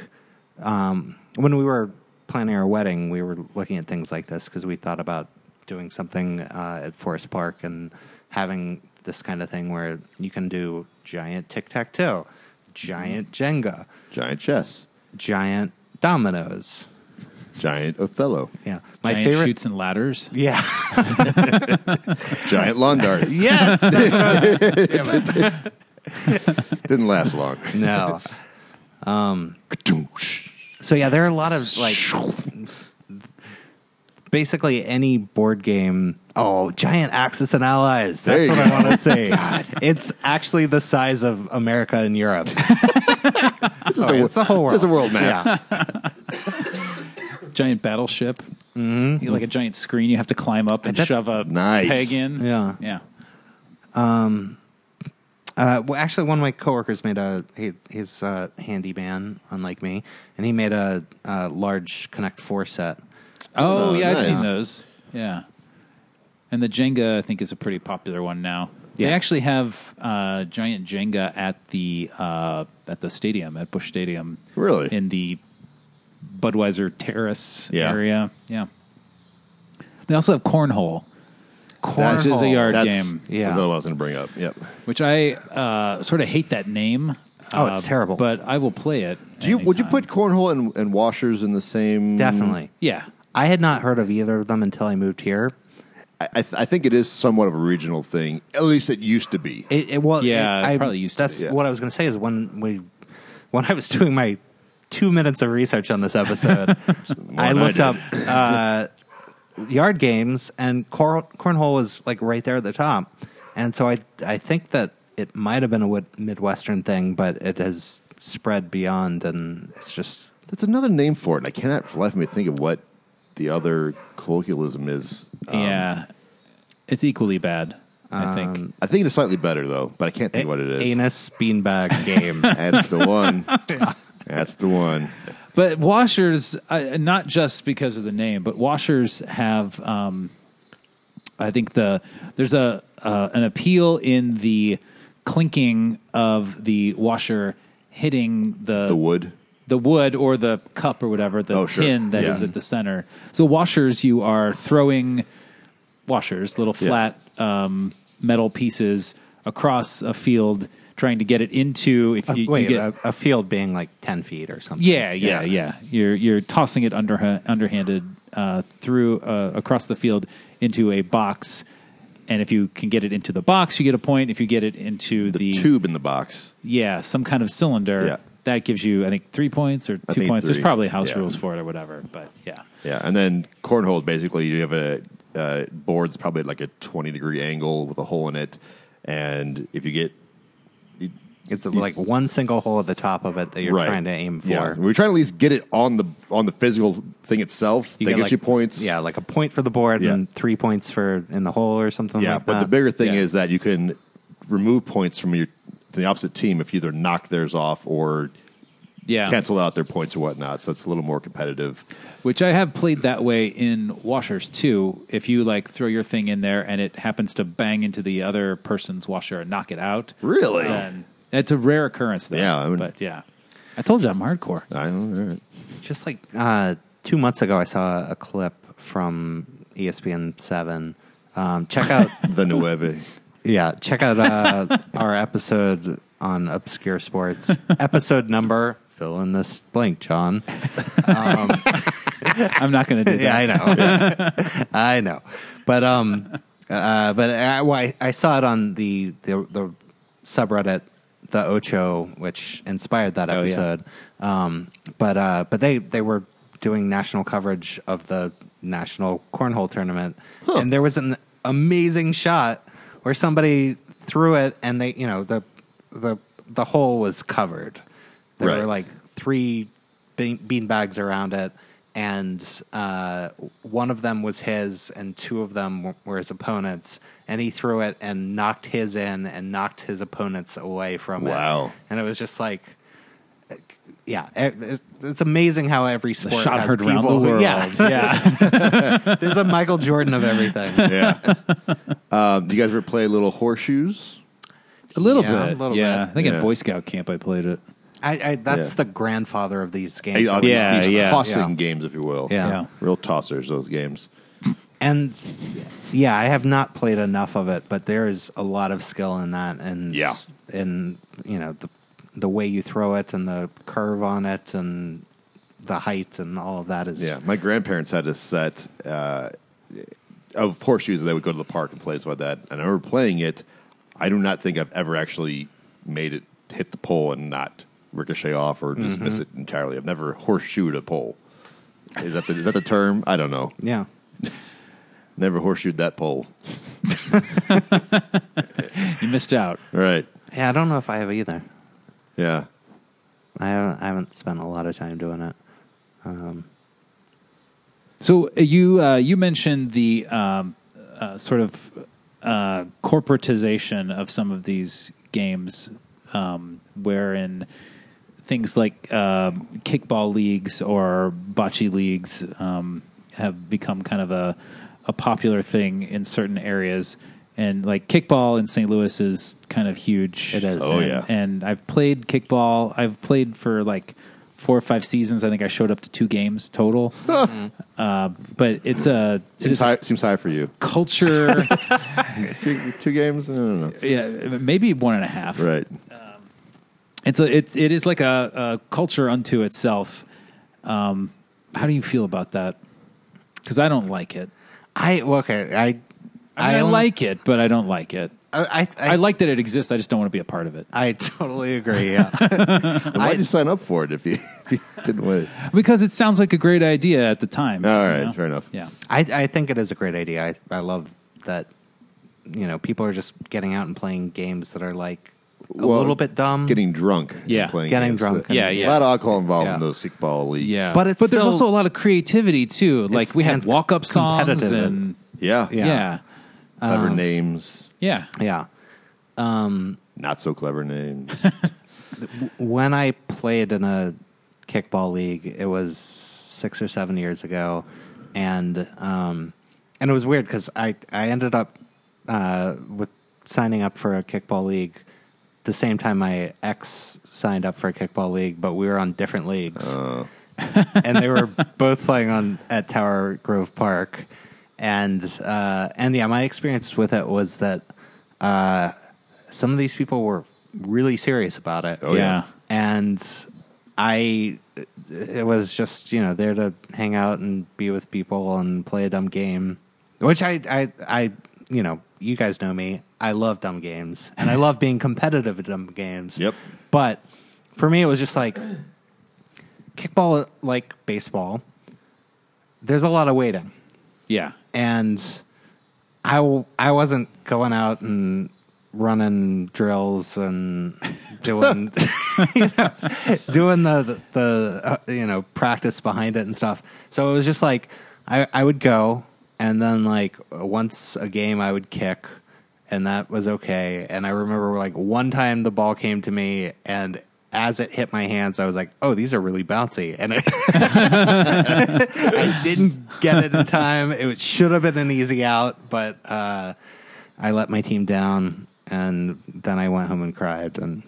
D: um, when we were planning our wedding, we were looking at things like this because we thought about doing something uh, at Forest Park and having this kind of thing where you can do giant tic tac toe, giant Jenga,
A: Giant chess.
D: giant dominoes.
A: Giant Othello.
D: Yeah, my
B: Giant
D: favorite.
B: shoots and ladders.
D: Yeah.
A: Giant lawn darts.
D: yes. That's what I was
A: Didn't last long.
D: No. So yeah, there are a lot of like basically any board game. Oh, Giant Axis and Allies.
A: There
D: That's
A: you
D: what
A: go.
D: I want to say. It's actually the size of America and Europe.
A: This is
D: Oh, it's the whole world.
A: It's a world map.
D: Yeah.
B: Giant battleship. Mm-hmm. You like a giant screen you have to climb up and
D: bet-
B: shove a
A: Nice.
B: peg in.
D: Yeah.
B: Yeah.
D: Uh, well, actually, one of my coworkers made a he, he's a handyman, unlike me, and he made a, uh large Connect Four set.
B: Oh,
A: Oh,
B: yeah, I've
A: nice.
B: seen those. Yeah. And the Jenga, I think, is a pretty popular one now. They
D: Yeah.
B: actually have uh, giant Jenga at the uh, at the stadium at Bush Stadium.
A: Really?
B: in the Budweiser Terrace
A: Yeah.
B: area. Yeah, They also have cornhole,
D: Cornhole.
B: which is a yard
A: That's
B: game,
D: Yeah.
A: that's what I was going to bring up. Yep.
B: which I uh, sort of hate that name.
D: Oh, it's
B: uh,
D: terrible.
B: But I will play it.
A: Do you, would you
B: anytime.
A: put cornhole and, and washers in the same?
D: Definitely.
B: Yeah,
D: I had not heard of either of them until I moved here.
A: I, I, th- I think it is somewhat of a regional thing. At least it used to be.
D: It, it well,
B: Yeah,
D: it-
B: it
D: I,
B: probably used to
D: That's
A: be, yeah.
D: what I was going to say. Is when we, when I was doing my two minutes of research on this episode, I
A: One I
D: looked
A: did.
D: up uh, yard games, and cor- cornhole was like right there at the top, and so I I think that it might have been a wit- midwestern thing, but it has spread beyond, and it's just
A: That's another name for it. and I cannot for the life of me think of what the other colloquialism is. Um,
B: yeah. It's equally bad. I think.
A: I think it is slightly better though, but I can't think what it is.
D: anus beanbag game.
A: That's the one. That's the one.
D: Uh,
B: But washers, uh, not just because of the name, but washers have. Um, I think the there's a uh, an appeal in the clinking of the washer hitting the
A: The wood.
B: the wood or the cup or whatever the
A: Oh, sure.
B: tin that is
A: Yeah.
B: at the center. So washers, you are throwing washers, little
A: Yeah.
B: flat um, metal pieces across a field, trying to get it into. If you, you
D: Uh, Wait,
B: get,
D: a, a field being like ten feet or something.
B: yeah, yeah, yeah,
A: Yeah.
B: You're you're tossing it under underhanded uh, through uh, across the field into a box, and if you can get it into the box, you get a point. If you get it into
A: The,
B: the,
A: tube in the box.
B: yeah, some kind of cylinder,
A: Yeah.
B: that gives you I think three points or
A: I
B: two
A: think
B: points. There's
A: three.
B: probably house
A: Yeah.
B: rules for it or whatever, but yeah,
A: Yeah, and then cornhole is basically you have a uh, board's probably at like a twenty degree angle with a hole in it, and if you get
D: It's like one single hole at the top of it that you're trying to aim for.
A: yeah. we're trying to at least get it on the on the physical thing itself. that
D: get,
A: gives
D: like-
A: you points.
D: Yeah, like a point for the board
A: Yeah.
D: and three points for in the hole or something
A: yeah.
D: like
A: but
D: that.
A: the bigger thing
B: Yeah.
A: is that you can remove points from your the opposite team if you either knock theirs off or
B: yeah.
A: cancel out their points or whatnot. So it's a little more competitive.
B: Which I have played that way in washers too. If you like throw your thing in there and it happens to bang into the other person's washer and knock it out,
A: Really?
B: then it's a rare occurrence. Though,
A: Yeah, I mean-
B: but yeah, I told you I'm hardcore.
A: I don't know. all right.
D: Just like uh, two months ago, I saw a clip from E ESPN Seven. Um, check out,
A: The Nueve.
D: yeah, check out uh, our episode on obscure sports. episode number. Fill in this blank, John.
B: I'm not going to do that.
D: yeah, I know. I know. But um, uh, but I, well, I, I saw it on the the, the subreddit the Ocho, which inspired that
B: Oh, yeah.
D: episode. Um, but uh, but they they were doing national coverage of the national cornhole tournament, and there was an amazing shot where somebody threw it, and they you know the the the hole was covered. There
A: Right.
D: were like three bean, bean bags around it, and uh, one of them was his, and two of them w- were his opponents. And he threw it and knocked his in and knocked his opponents away from it.
A: Wow.
D: And it was just like, yeah, it- it- it's amazing how every
B: The
D: sport
B: shot
D: has
B: heard
D: people.
B: around the
D: who-
B: world.
D: Yeah,
B: yeah.
D: there's a Michael Jordan of everything.
A: Yeah. um, do you guys ever play little horseshoes?
B: a little
D: Yeah,
B: bit.
D: a little
B: yeah,
D: bit.
B: I think
A: Yeah.
B: in Boy Scout camp I played it.
D: I, I, that's
A: Yeah.
D: the grandfather of these games.
A: These-
D: that we
B: Yeah,
A: these
B: yeah.
A: tossing
D: Yeah.
A: games, if you will.
D: Yeah.
B: Yeah.
A: Real tossers, those games.
D: And yeah, I have not played enough of it, but there is a lot of skill in that, and
A: Yeah.
D: and you know the the way you throw it and the curve on it and the height and all of that is
A: Yeah, my grandparents had a set uh, of horseshoes that they would go to the park and play with that. And I remember playing it. I do not think I've ever actually made it hit the pole and not ricochet off or just miss it entirely. I've never horseshoed a pole. Is that the, is that the term? I don't know.
D: yeah.
A: Never horseshoed that pole.
B: You missed out.
A: All right.
D: Yeah, I don't know if I have either.
A: Yeah.
D: I haven't, I haven't spent a lot of time doing it. Um,
B: So uh, you uh, you mentioned the um, uh, sort of uh, corporatization of some of these games, um, wherein things like um kickball leagues or bocce leagues um, have become kind of a a popular thing in certain areas. And like kickball in St. Louis is kind of huge.
D: It is.
A: Oh,
B: And-
A: yeah.
B: and I've played kickball. I've played for like four or five seasons. I think I showed up to two games total. uh, but it's a it
A: Seems
B: is a
A: high, seems high for you.
B: culture.
A: Two, two games? I don't know.
B: yeah, maybe one and a half.
A: Right.
B: It's a it's it is like a, a culture unto itself. Um, how do you feel about that? Because I don't like it.
D: I well, okay. I
B: I, mean, I
D: only-
B: like it, but I don't like it.
D: I I,
B: I like that it exists. I just don't want to be a part of it
D: I totally agree. Yeah.
A: Why'd you sign up for it if you, if you didn't win it?
B: because it sounds like a great idea at the time.
A: All
B: you
A: right,
B: know?
A: fair enough.
B: Yeah.
D: I, I think it is a great idea. I, I love that, you know, people are just getting out and playing games that are like a
A: Well,
D: little bit dumb.
A: Getting drunk.
B: Yeah.
A: and playing
D: Getting
A: games.
D: drunk.
B: Yeah, yeah.
A: A lot of alcohol involved
D: Yeah.
A: in those kickball leagues.
B: Yeah,
D: But it's
B: but there's
D: still-
B: also a lot of creativity too. Like we had
D: and
B: walk up songs
D: competitive
B: and
A: Yeah.
D: Yeah. Um,
B: yeah,
A: Clever names.
B: yeah.
D: yeah.
A: Not so clever names.
D: When I played in a kickball league, it was six or seven years ago, and um, and it was weird because I I ended up uh, with signing up for a kickball league the same time my ex signed up for a kickball league, but we were on different leagues. and they were both playing on at Tower Grove Park, and uh, and yeah, my experience with it was that uh, some of these people were really serious about it.
A: Oh, yeah.
D: and I, it was just you know there to hang out and be with people and play a dumb game, which I I I you know you guys know me. I love dumb games and I love being competitive at dumb games.
A: Yep.
D: But for me, it was just like kickball like baseball there's a lot of waiting
B: yeah.
D: and I, w- I wasn't going out and running drills and doing you know, doing the the uh, you know practice behind it and stuff. So it was just like I I would go and then like once a game I would kick and that was okay. And I remember like one time the ball came to me and as it hit my hands, I was like, "Oh, these are really bouncy," and it, I didn't get it in time. It should have been an easy out, but uh, I let my team down, and then I went home and cried. And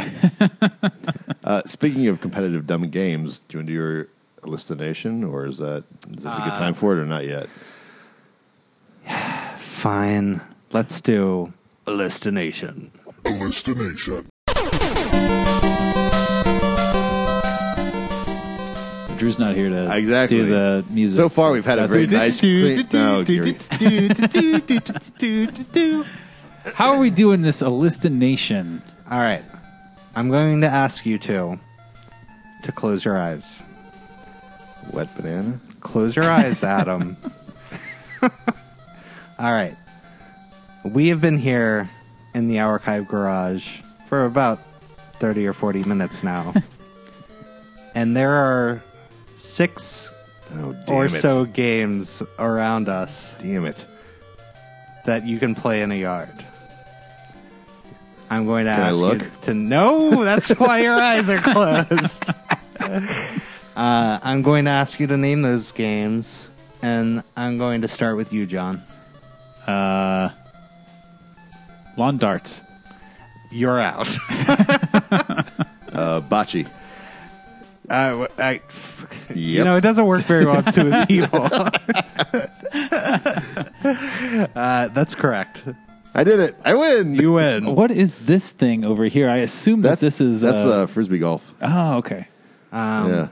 A: uh, speaking of competitive dumb games, do you want to do your hallucination or is that is this a good
B: Uh,
A: time for it or not yet?
D: fine, let's do hallucination.
B: Drew's not here to
A: Exactly.
B: do the music.
A: So far, we've had a
B: That's
A: very
B: what we did.
A: nice. clean- Oh, no, you're-
B: How are we doing this Nation?
D: All right, I'm going to ask you two to close your eyes.
A: Wet banana.
D: Close your eyes, Adam. All right. We have been here in the archive garage for about 30 or 40 minutes now. and there are six
A: Oh, damn
D: or
A: it.
D: so games around us
A: Damn it.
D: that you can play in a yard. I'm going to
A: Can I
D: ask you
A: look?
D: to no. That's why your eyes are closed. uh, I'm going to ask you to name those games, and I'm going to start with you, John.
B: Uh, lawn darts.
D: You're out.
A: Uh, bocce.
D: I Uh, w I
A: Yep.
D: You know, it doesn't work very well with two people. uh, that's correct.
A: I did it. I win.
D: You win.
B: What is this thing over here? I assume that
A: That's
B: this is.
A: that's
B: uh,
A: uh, frisbee golf.
B: oh, okay.
D: um,
A: yeah.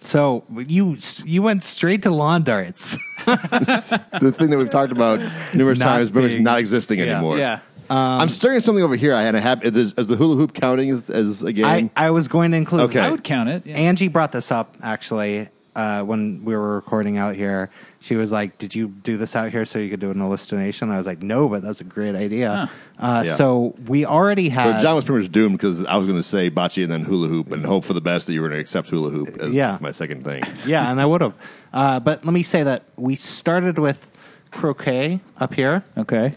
D: So you you went straight to lawn darts.
A: The thing that we've talked about numerous
D: Not
A: times, but it's
D: being-
A: not existing
D: yeah.
A: anymore.
B: Yeah.
D: Um,
A: I'm staring at something over here. I had a hap- is, is the hula hoop counting as, as a game?
D: I, I was going to include
A: Okay.
B: I would count it. Yeah.
D: Angie brought this up actually uh, when we were recording out here. She was like, "Did you do this out here so you could do an hallucination?" I was like, "No, but that's a great idea." Uh,
A: Yeah.
D: So we already
A: So
D: had.
A: John was pretty much doomed because I was going to say bocce and then hula hoop and hope for the best that you were going to accept hula hoop as
D: Uh, Yeah.
A: my second thing.
D: yeah, and I would have. Uh, but let me say that we started with croquet up here,
B: okay.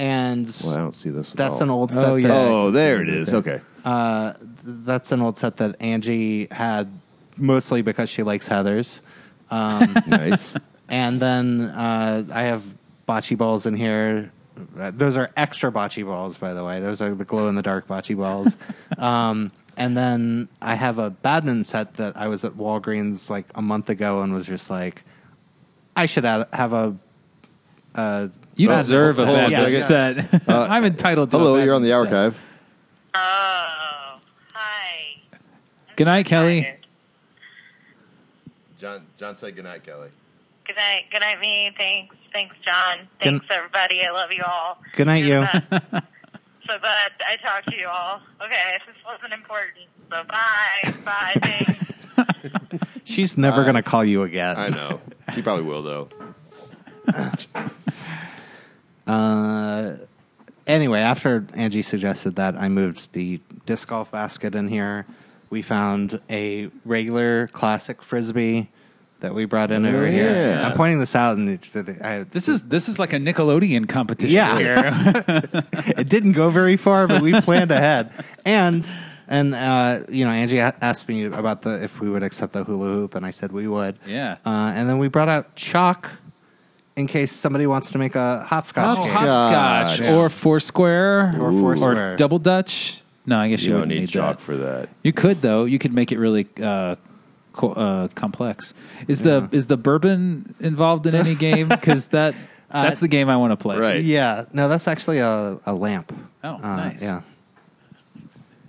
D: and
A: Well, I don't see this. at
D: that's
A: all.
D: an old
B: Oh,
D: set.
B: yeah.
D: that-
A: Oh, there it is. Okay.
D: Uh, th- that's an old set that Angie had mostly because she likes Heather's. Um,
A: nice.
D: And then uh, I have bocce balls in here. Uh, Those are extra bocce balls, by the way. Those are the glow in the dark bocce balls. um, And then I have a badminton set that I was at Walgreens like a month ago and was just like, I should add- have a. Uh,
B: You
D: badminton
B: deserve a
D: set.
B: bad
A: on a Uh,
B: yeah, set. I'm entitled to. a
A: Hello, you're on the
B: badminton set.
A: archive.
E: Oh, hi.
B: Good night, Kelly.
A: John, John said goodnight, Kelly.
E: Good night. Good night, me. Thanks. Thanks, John.
D: Good-
E: Thanks, everybody. I love you all.
D: Good night,
E: You're
D: you.
E: the best. so glad I talked to you all. Okay, this wasn't important. So bye. Bye. Thanks.
D: She's never going to call you again.
A: I know. she probably will, though.
D: Uh, anyway, after Angie suggested that, I moved the disc golf basket in here. We found a regular classic frisbee that we brought in over here.
A: yeah.
D: I'm pointing this out, and it, I,
B: This is this is like a Nickelodeon competition.
D: Yeah.
B: here.
D: it didn't go very far, but we planned ahead. And and uh, you know, Angie a- asked me about the if we would accept the hula hoop, and I said we would.
B: Yeah.
D: Uh, and then we brought out chalk in case somebody wants to make a hopscotch.
B: oh,
D: game.
B: hopscotch
A: Yeah.
B: or foursquare
D: Or Foursquare.
B: double dutch. No, I guess you,
A: You don't
B: wouldn't
A: need,
B: need
A: chalk
B: that.
A: for that.
B: You could though. You could make it really uh, co- uh, complex. Is the is the bourbon involved in any game? Because that that's the game I want to play.
A: Uh, Right.
D: Yeah, no, that's actually a, a lamp. Uh,
B: Oh, nice.
D: Yeah,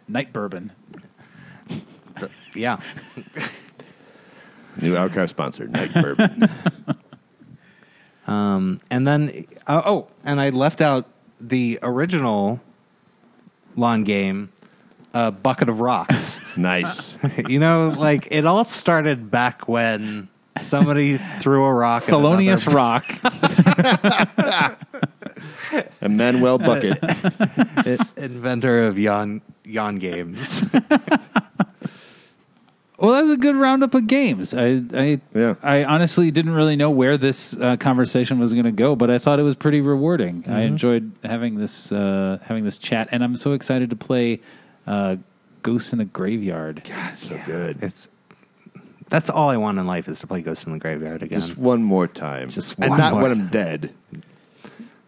B: Night bourbon.
D: yeah.
A: New archive sponsor, Night Bourbon.
D: Um, and then uh, oh, and I left out the original lawn game, a bucket of rocks.
A: nice.
D: you know, like it all started back when somebody threw a rock. at
B: Thelonious
D: another-
B: Rock.
A: Emmanuel Bucket.
D: inventor of yawn yawn games.
B: Well, that was a good roundup of games. I I,
A: Yeah.
B: I honestly didn't really know where this uh, conversation was going to go, but I thought it was pretty rewarding.
A: Mm-hmm.
B: I enjoyed having this uh, having this chat, and I'm so excited to play uh, Ghosts in the Graveyard.
A: so good.
D: it's that's all I want in life is to play Ghost in the Graveyard again.
A: Just one more time.
D: Just
A: and
D: one
A: not
D: more
A: when I'm dead.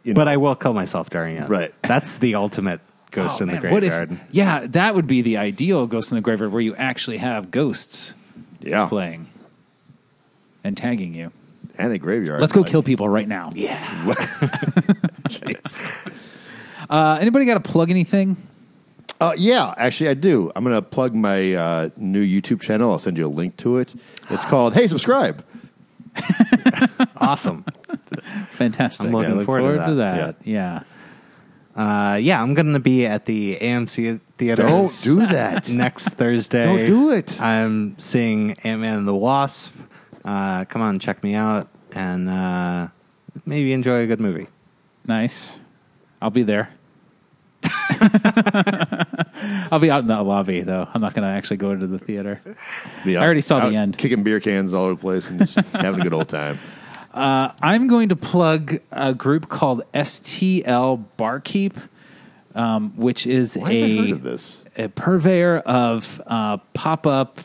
A: You
D: but
A: know.
D: I will kill myself during it.
A: Right.
D: That's the ultimate
B: Oh,
D: Ghost in the
B: man, what if-
D: Graveyard.
B: yeah, that would be the ideal Ghost in the Graveyard, where you actually have ghosts
A: yeah.
B: playing and tagging you.
A: And a graveyard.
B: Let's go
A: Like,
B: kill people right now.
A: jeez.
B: Uh, anybody got to plug anything?
A: Uh, yeah, actually, I do. I'm going to plug my uh, new YouTube channel. I'll send you a link to it. It's called Hey Subscribe.
D: Awesome.
B: Fantastic.
D: I'm
B: I
D: looking
B: look
D: forward to
A: that.
B: Yeah.
D: Uh, yeah, I'm going to be at the AMC theater.
A: Don't do that.
D: next Thursday.
A: Don't do it.
D: I'm seeing Ant Man and the Wasp. Uh, come on, check me out, and uh, maybe enjoy a good movie.
B: Nice. I'll be there. I'll be out in the lobby though. I'm not going to actually go into the theater.
A: Be
B: I already saw the end.
A: Kicking beer cans all over the place and just having a good old time.
B: Uh, I'm going to plug a group called STL Barkeep, um, which is
A: Why
B: a
A: haven't I heard of this?
B: a purveyor of uh, pop up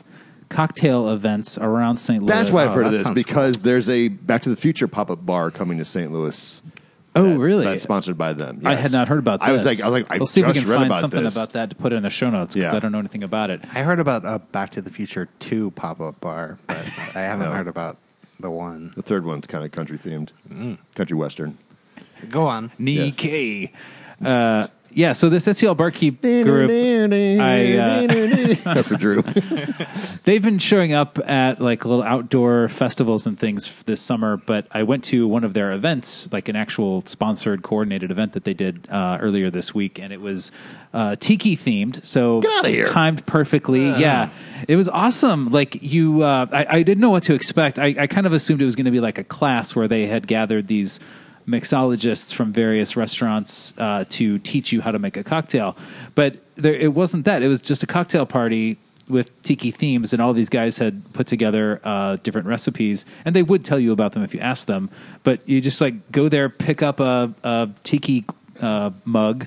B: cocktail events around St. Louis.
A: That's why I've
D: Oh,
A: heard of
D: that
A: this
D: sounds
A: because there's a Back to the Future pop up bar coming to St. Louis.
B: Oh,
A: that-
B: really?
A: That's sponsored by them.
B: I
A: yes.
B: had not heard about. This.
A: I was like, I was like, I
B: we'll see if we
A: just
B: can
A: read
B: find
A: about
B: something
A: this.
B: about that to put in the show notes because
A: Yeah.
B: I don't know anything about it.
D: I heard about a Back to the Future Two pop up bar, but I haven't heard about the one.
A: The third one's kind of country themed, country western.
D: Go on.
B: Nikkei. Uh, yeah, so this STL Barkeep group, I, uh,
A: That's for Drew.
B: they've been showing up at like little outdoor festivals and things f- this summer, but I went to one of their events, like an actual sponsored, coordinated event that they did uh, earlier this week, and it was uh, tiki themed. So
A: Get outta here.
B: timed perfectly. Yeah, it was awesome. Like you, uh, I, I didn't know what to expect. I, I kind of assumed it was going to be like a class where they had gathered these mixologists from various restaurants uh, to teach you how to make a cocktail, but there, it wasn't that. It was just a cocktail party with tiki themes, and all these guys had put together uh, different recipes, and they would tell you about them if you asked them. But you just like go there, pick up a, a tiki uh, mug.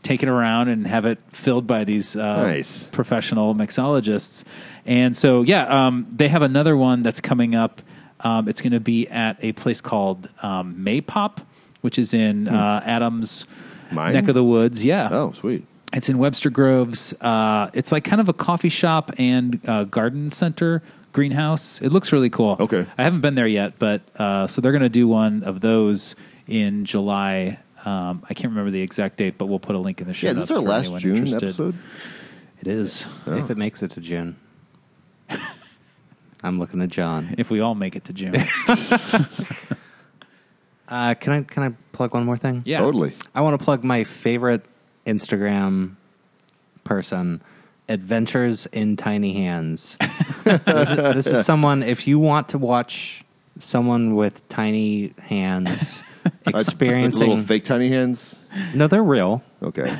B: Take it around and have it filled by these uh,
A: Nice.
B: professional mixologists. And so, yeah, um, they have another one that's coming up. Um, it's going to be at a place called um, Maypop, which is in uh, Adams'
A: Hmm. Mine?
B: neck of the woods. Yeah.
A: oh, sweet.
B: It's in Webster Groves. Uh, it's like kind of a coffee shop and uh, garden center greenhouse. It looks really cool.
A: Okay.
B: I haven't been there yet, but uh, so they're going to do one of those in July. Um, I can't remember the exact date, but we'll put a link in the show.
A: Yeah, is this
B: notes
A: our
B: for
A: last
B: anyone
A: June
B: interested.
A: episode?
B: It is.
D: If it makes it to June, I'm looking at John.
B: If we all make it to June,
D: Uh, can I can I plug one more thing?
B: yeah,
A: Totally.
D: I want to plug my favorite Instagram person, Adventures in Tiny Hands. this, is, this is someone, if you want to watch someone with tiny hands
A: I-
D: experiencing.
A: little fake tiny hands.
D: no, they're real.
A: Okay,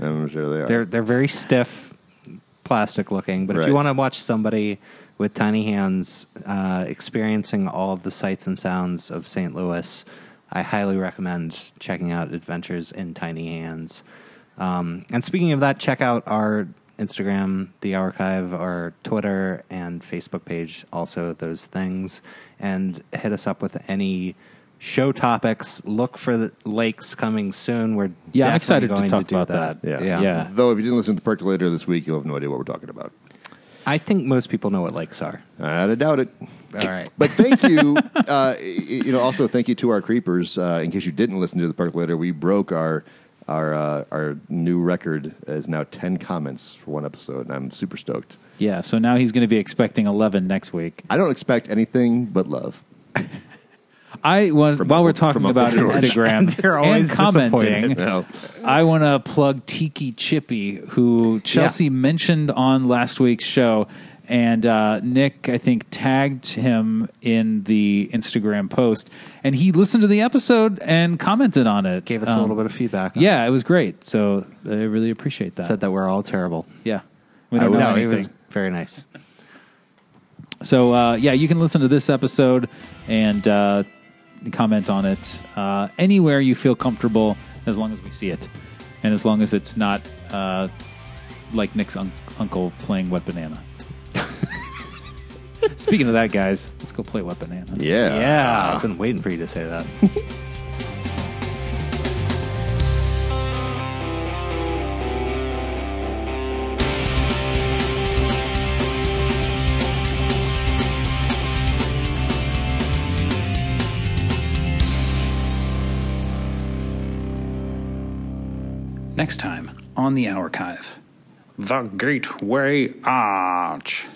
A: I'm sure they are.
D: They're, they're very stiff, plastic looking. But if
A: Right.
D: you want to watch somebody with tiny hands uh, experiencing all of the sights and sounds of St. Louis, I highly recommend checking out Adventures in Tiny Hands. Um, and speaking of that, check out our Instagram, the archive, our Twitter, and Facebook page, also those things. And hit us up with any show topics. Look for the lakes coming soon. We're
B: Yeah, I'm
D: definitely
B: excited to
D: going
B: talk
D: do
B: about that.
A: yeah.
B: Yeah.
A: Though if you didn't listen to the Percolator this week, you'll have no idea what we're talking about.
D: I think most people know what lakes are.
A: I doubt it.
D: All right.
A: But thank you, uh, y- you know. Also, thank you to our creepers. Uh, in case you didn't listen to the percolator, we broke our our uh, our new record is now ten comments for one episode, and I'm super stoked.
B: yeah. So now he's going to be expecting eleven next week.
A: I don't expect anything but love.
B: I want
A: From
B: while
A: Uncle-
B: we're talking
A: from Uncle
B: about
A: George.
B: Instagram
D: You're always
B: and commenting,
D: disappointed.
A: No.
B: I want to plug Tiki Chippy, who Chelsea mentioned on last week's show, and uh, Nick I think tagged him in the Instagram post, and he listened to the episode and commented on it.
D: Gave us
B: Um,
D: a little bit of feedback. on it.
B: Yeah, it was great. So I really appreciate that.
D: Said that we're all terrible.
B: yeah, we don't know
D: Uh, no,
B: anything.
D: it was very nice.
B: So uh, yeah, you can listen to this episode and uh, comment on it uh, anywhere you feel comfortable, as long as we see it, and as long as it's not uh, like Nick's un- uncle playing Wet Banana. Speaking of that, guys, let's go play Wet Banana.
A: Yeah.
D: yeah. I've been waiting for you to say that.
F: Next time on the Archive. The Gateway Arch.